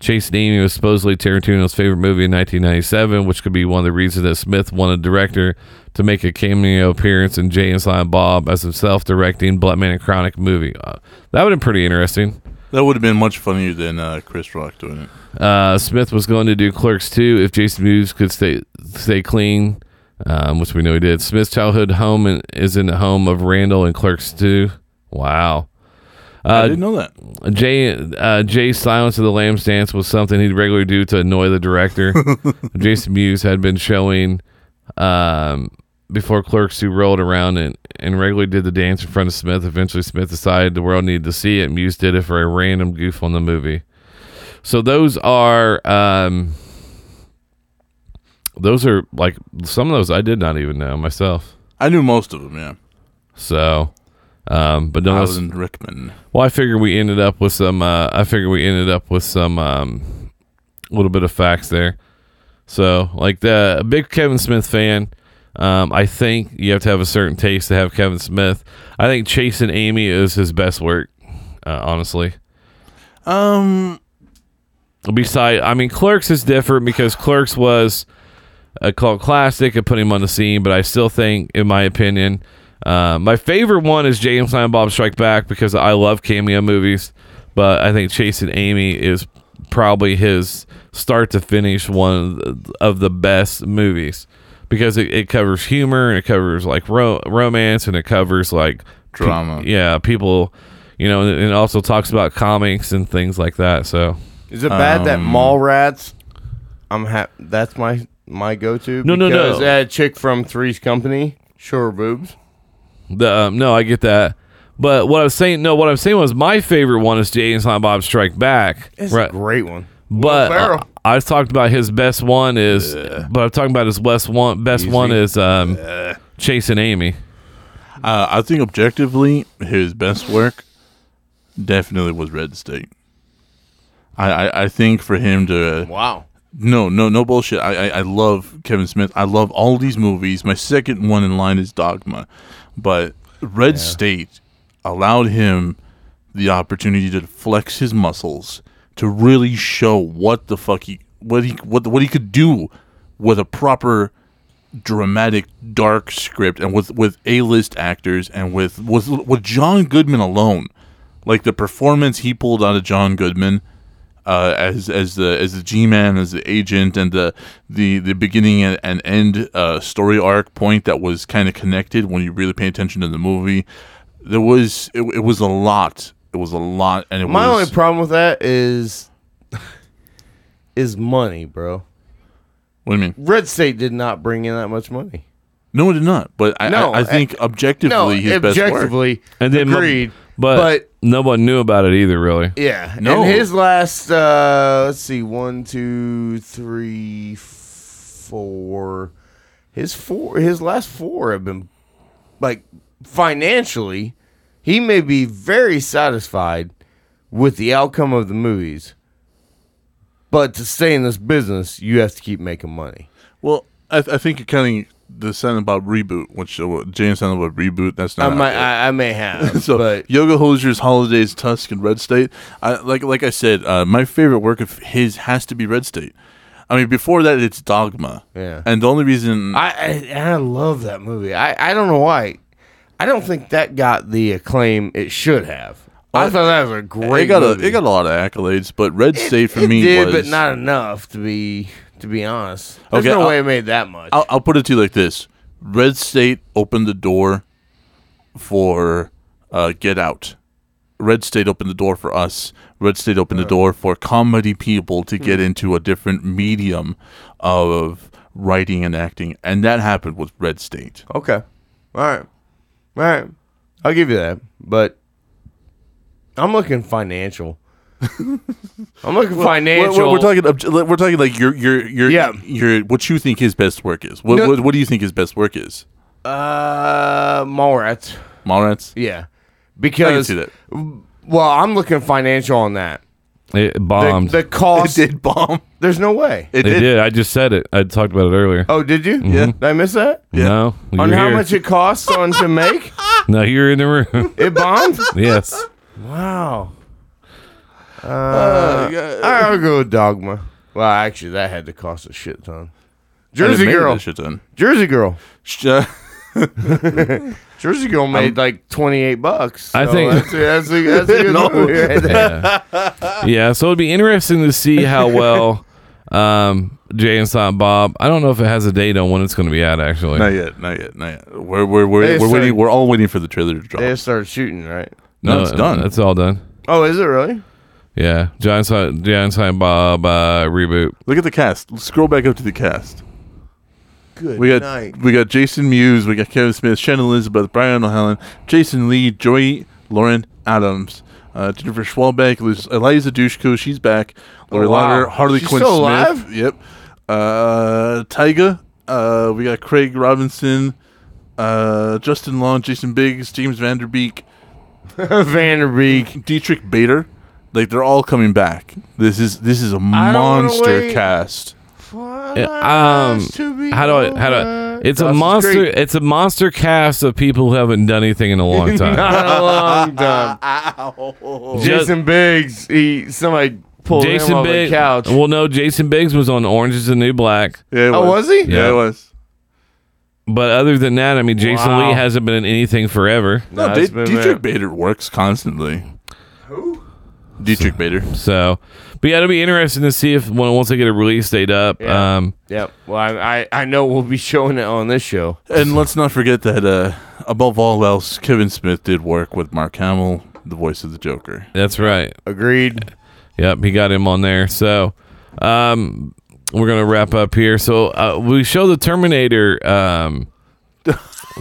Chase and Amy was supposedly Tarantino's favorite movie in 1997, which could be one of the reasons that Smith wanted the director to make a cameo appearance in Jay and Silent Bob as himself directing Blood Man and Chronic movie. Uh, that would have been pretty interesting.
That would have been much funnier than uh, Chris Rock doing it.
Uh, Smith was going to do Clerks 2 if Jason Mewes could stay stay clean, um, which we know he did. Smith's childhood home in, is in the home of Randall in Clerks 2. Wow.
I
Uh,
didn't know that.
Jay uh, Jay's Silence of the Lambs dance was something he'd regularly do to annoy the director. Jason Mewes had been showing um, before Clerks who rolled around and, and regularly did the dance in front of Smith. Eventually, Smith decided the world needed to see it. Mewes did it for a random goof on the movie. So those are um, those are like some of those I did not even know myself.
I knew most of them, yeah.
So, um, but no,
I
that's-
was in Rickman.
well, I figure we ended up with some. Uh, I figure we ended up with some um, little bit of facts there. So, like the a big Kevin Smith fan, um, I think you have to have a certain taste to have Kevin Smith. I think Chase and Amy is his best work, uh, honestly.
Um,
Besides, I mean, Clerks is different because Clerks was a cult classic. It put him on the scene, but I still think, in my opinion, uh, my favorite one is James and Bob Strike Back because I love cameo movies, but I think Chase and Amy is probably his start to finish one of the- of the best movies because it, it covers humor and it covers like ro- romance and it covers like pe-
Drama.
yeah, people, you know, and it also talks about comics and things like that. So
Is it bad that
Um,
mall rats? I'm ha- That's my my go to.
No, no, no.
That chick from Three's Company, sure boobs.
The um, no, I get that. But what I was saying, no, what I'm saying was my favorite one is Jay and Silent Bob Strike Back.
It's
Right.
a great one.
But
Ferrell.
uh, I've talked about his best one is, but I'm talking about his best one. Best one is um, Chasing Amy.
Uh, I think objectively, his best work definitely was Red State. I, I, I think for him to
Wow.
no no no bullshit. I, I I love Kevin Smith. I love all these movies. My second one in line is Dogma, but Red State allowed him the opportunity to flex his muscles to really show what the fuck he what he what what he could do with a proper dramatic dark script and with with A-list actors and with with with John Goodman alone like the performance he pulled out of John Goodman uh, as as the as the G-man as the agent and the the the beginning and, and end uh, story arc point that was kind of connected when you really pay attention to the movie there was it, it was a lot it was a lot and it
My
was
only problem with that is is money, bro.
what do you mean
Red State did not bring in that much money.
no it did not but I
No,
I, I
I-
think objectively
No,
his best work.
objectively,
And then mo-
agreed.
But,
But-
no one knew about it either, really.
Yeah.
No.
And his last, uh, let's see, one, two, three, four. His four, his last four have been like financially. He may be very satisfied with the outcome of the movies, but to stay in this business, you have to keep making money.
Well, I, th- I think you're counting the Silent Bob reboot, which uh, James Silent Bob reboot. That's
I
not.
might,
out yet.
I, I may have,
so
but
Yoga Hosier's Holidays, Tusk, and Red State. I like like I said, uh, my favorite work of his has to be Red State. I mean, before that, it's Dogma.
Yeah.
And the only reason
I, I and I love that movie. I, I don't know why. I don't think that got the acclaim it should have. I, thought that was a great.
it got
movie.
a it got a lot of accolades, but Red State for
It
me
did,
was.
but not enough to be to be honest. There's
Okay,
no
I'll-
way it made that much.
I'll, I'll put it to you like this: Red State opened the door for uh, Get Out. Red State opened the door for us. Red State opened the door for comedy people to get into a different medium of writing and acting, and that happened with Red State.
okay, all right, all right. I'll give you that, but I'm looking financial. I'm looking
We're,
financial.
we're- we're talking. obj- We're talking like your your your
Yeah.
your what you think his best work is. What
No.
what, what do you think his best work is?
uh, Mallrats.
Mallrats.
Yeah,
I can
because
see that.
well, I'm looking financial on that.
It
The,
bombed.
the cost.
Um, It did bomb.
There's no way.
It,
it
did.
did. I just said it. I talked about it earlier.
Oh, did you? Yeah. Did I miss that?
No, Mm-hmm. you
On
were
how
here.
much it costs on to make
No, you're in the room.
it bombed?
yes.
Wow. Uh, I'll go with Dogma. Well, actually, that had to cost a shit ton. Jersey
It made
Girl.
that shit ton.
Jersey Girl.
Sh- uh,
Jersey Girl made like twenty eight bucks.
I
so
think-
that's a, that's a, that's a good movie right there.
Yeah, so it'd be interesting to see how well um, Jay and Silent Bob. I don't know if it has a date on when it's going to be out. Actually,
Not yet, not yet, not yet. We're we're we're,
They
we're
started-
waiting. We're all waiting for the trailer to drop.
They started shooting, right?
no, it's done.
It's all done.
Oh, is it really?
Yeah, John Si- Jay and Silent Bob uh, reboot.
Look at the cast. Let's scroll back up to the cast.
Good
We got
night.
we got Jason Mewes, we got Kevin Smith, Shannon Elizabeth, Brian O'Hallen, Jason Lee, Joy Lauren Adams, uh, Uh, Jennifer Schwalbeck, Liz- Eliza Dushku, she's back. Lori
Oh, wow.
Lauder, Harley
She's
Quinn
still
Smith. Yep. Uh, Tyga. Uh, we got Craig Robinson, uh, Justin Long, Jason Biggs, James Vanderbeek,
Vanderbeek,
Dietrich Bader. Like they're all coming back. This is this is a
I don't wanna
monster
wait.
cast.
Yeah, um, how do I? How do I? It's a
Dawson's
monster.
Creek.
It's a monster cast of people who haven't done anything in a long time.
Not a long time. Jason Biggs, he somebody pulled him
Jason
off
Biggs.
the couch.
Well, no, Jason Biggs was on Orange Is the New Black,
Yeah, it
Oh, was he?
Yeah,
Yeah.
it was.
but other than that, I mean, Jason
Wow.
Lee hasn't been in anything forever.
No,
Nah,
Da-
it's been
Dietrich
bad.
Bader works constantly. Who? Dietrich Bader.
So, but yeah, it'll be interesting to see if when once they get a release date up.
Yeah.
Um,
Yep. Well, I, I I know we'll be showing it on this show.
And let's not forget that uh, above all else, Kevin Smith did work with Mark Hamill, the voice of the Joker.
that's right.
Agreed.
Yep, he got him on there. So, um, we're gonna wrap up here. So uh, we show the Terminator. Um,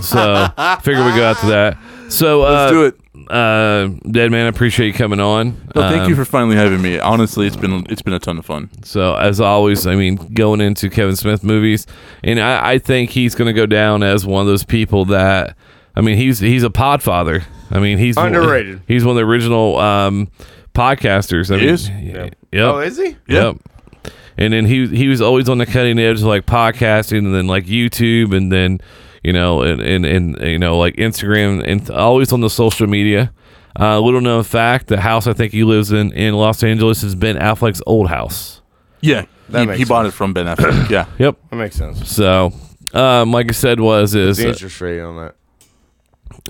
so figure we go out to that. So uh,
Let's do it.
Uh, Dead man, I appreciate you coming on.
Well, thank
Um,
you for finally having me. Honestly, it's been it's been a ton of fun.
So as always, I mean, going into Kevin Smith movies, and I, I think he's going to go down as one of those people that, I mean, he's he's a podfather. I mean, he's
Underrated.
He's one of the original um, podcasters. I
He
mean,
is?
Yep.
Oh, is he?
Yep. And then he he was always on the cutting edge of like podcasting and then like YouTube and then you know and and, and you know like Instagram and th- always on the social media. Uh, little known fact: the house I think he lives in in Los Angeles is Ben Affleck's old house.
Yeah,
That
he,
makes
he bought it from Ben Affleck. yeah,
Yep.
That makes sense.
So, um, like I said, was is
The
uh,
interest rate on that.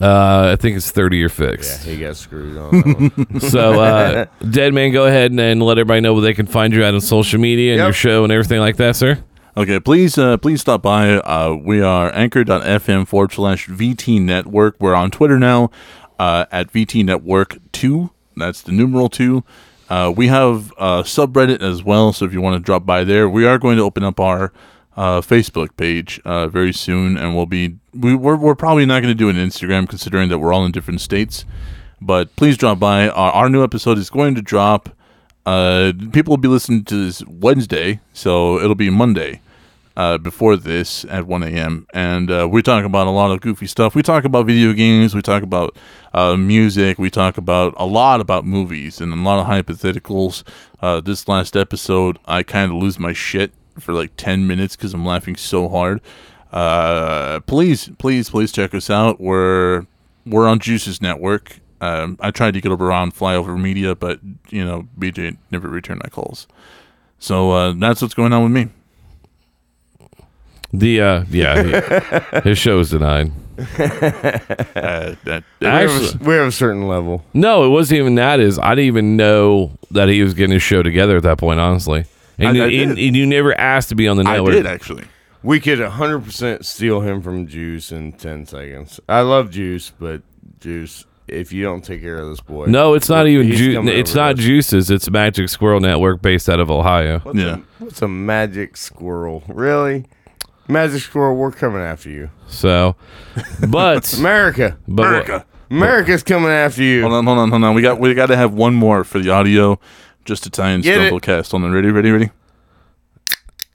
I think it's thirty year
Yeah,
fixed.
he got screwed on that one.
So, uh, Dead Man, go ahead and, and let everybody know where they can find you at on social media and
Yep.
your show and everything like that, sir.
Okay, please uh, please stop by. Uh, we are anchor.fm forward slash VT Network. We're on Twitter now uh, at VT Network 2. That's the numeral 2. Uh, we have uh, subreddit as well, so if you want to drop by there, we are going to open up our uh, Facebook page uh, very soon, and we'll be we, we're, we're probably not going to do an Instagram considering that we're all in different states. But please drop by. Our, our new episode is going to drop. Uh, people will be listening to this Wednesday, so it'll be Monday uh, before this at 1 a.m. And uh, we talk about a lot of goofy stuff. We talk about video games. We talk about uh, music. We talk about a lot about movies and a lot of hypotheticals. Uh, this last episode, I kind of lose my shit for like 10 minutes because I'm laughing so hard. Uh, please, please, please check us out. We're we're on Juices Network. Um, I tried to get over on Flyover Media, but you know BJ never returned my calls. So uh, that's what's going on with me.
The uh, yeah, he- his show is denied.
Uh, that,
we, have
Actually,
a, we have a certain level.
no, it wasn't even that. Is I didn't even know that he was getting his show together at that point, honestly. And,
I-
you,
I
and-
did.
and you never asked to be on the
I
network.
did actually.
We could 100% steal him from Juice in 10 seconds. I love Juice, but Juice, if you don't take care of this boy.
No, it's not even.
He's
Ju-
coming
it's
over
not
us.
juices. It's Magic Squirrel Network, based out of Ohio.
Yeah.
What's a magic squirrel? Really? Magic squirrel, we're coming after you.
So, but
America.
but
America.
America's coming after
Hold
you.
on, hold on, hold on. We got we got to have one more for the audio, just to tie in
Get it.
Stumblecast on the ready, ready, ready.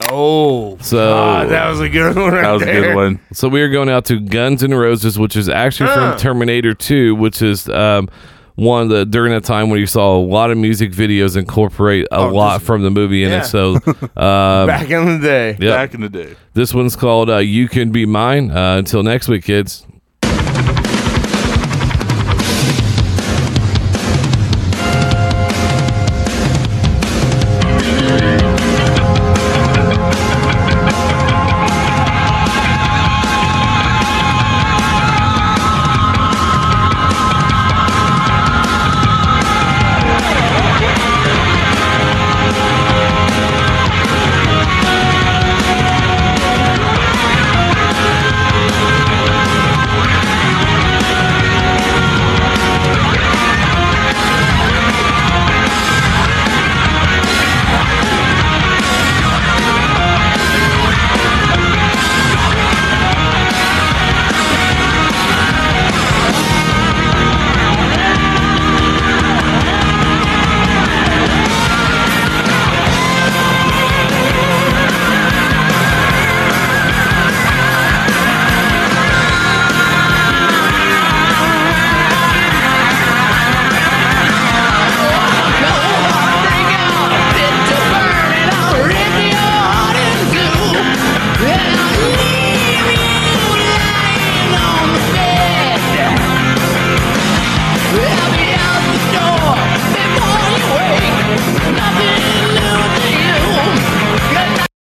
Oh.
So-
God, that was a good one. Right
That was a
there.
good one.
So we are going out to Guns N' Roses, which is actually
Uh.
from Terminator 2, which is um, one of the during that time when you saw a lot of music videos incorporate a lot from the movie in
Oh, yeah.
it. So um,
Back in the day.
Yep.
Back in the day.
this one's called uh, "You Can Be Mine." Uh, until next week, kids.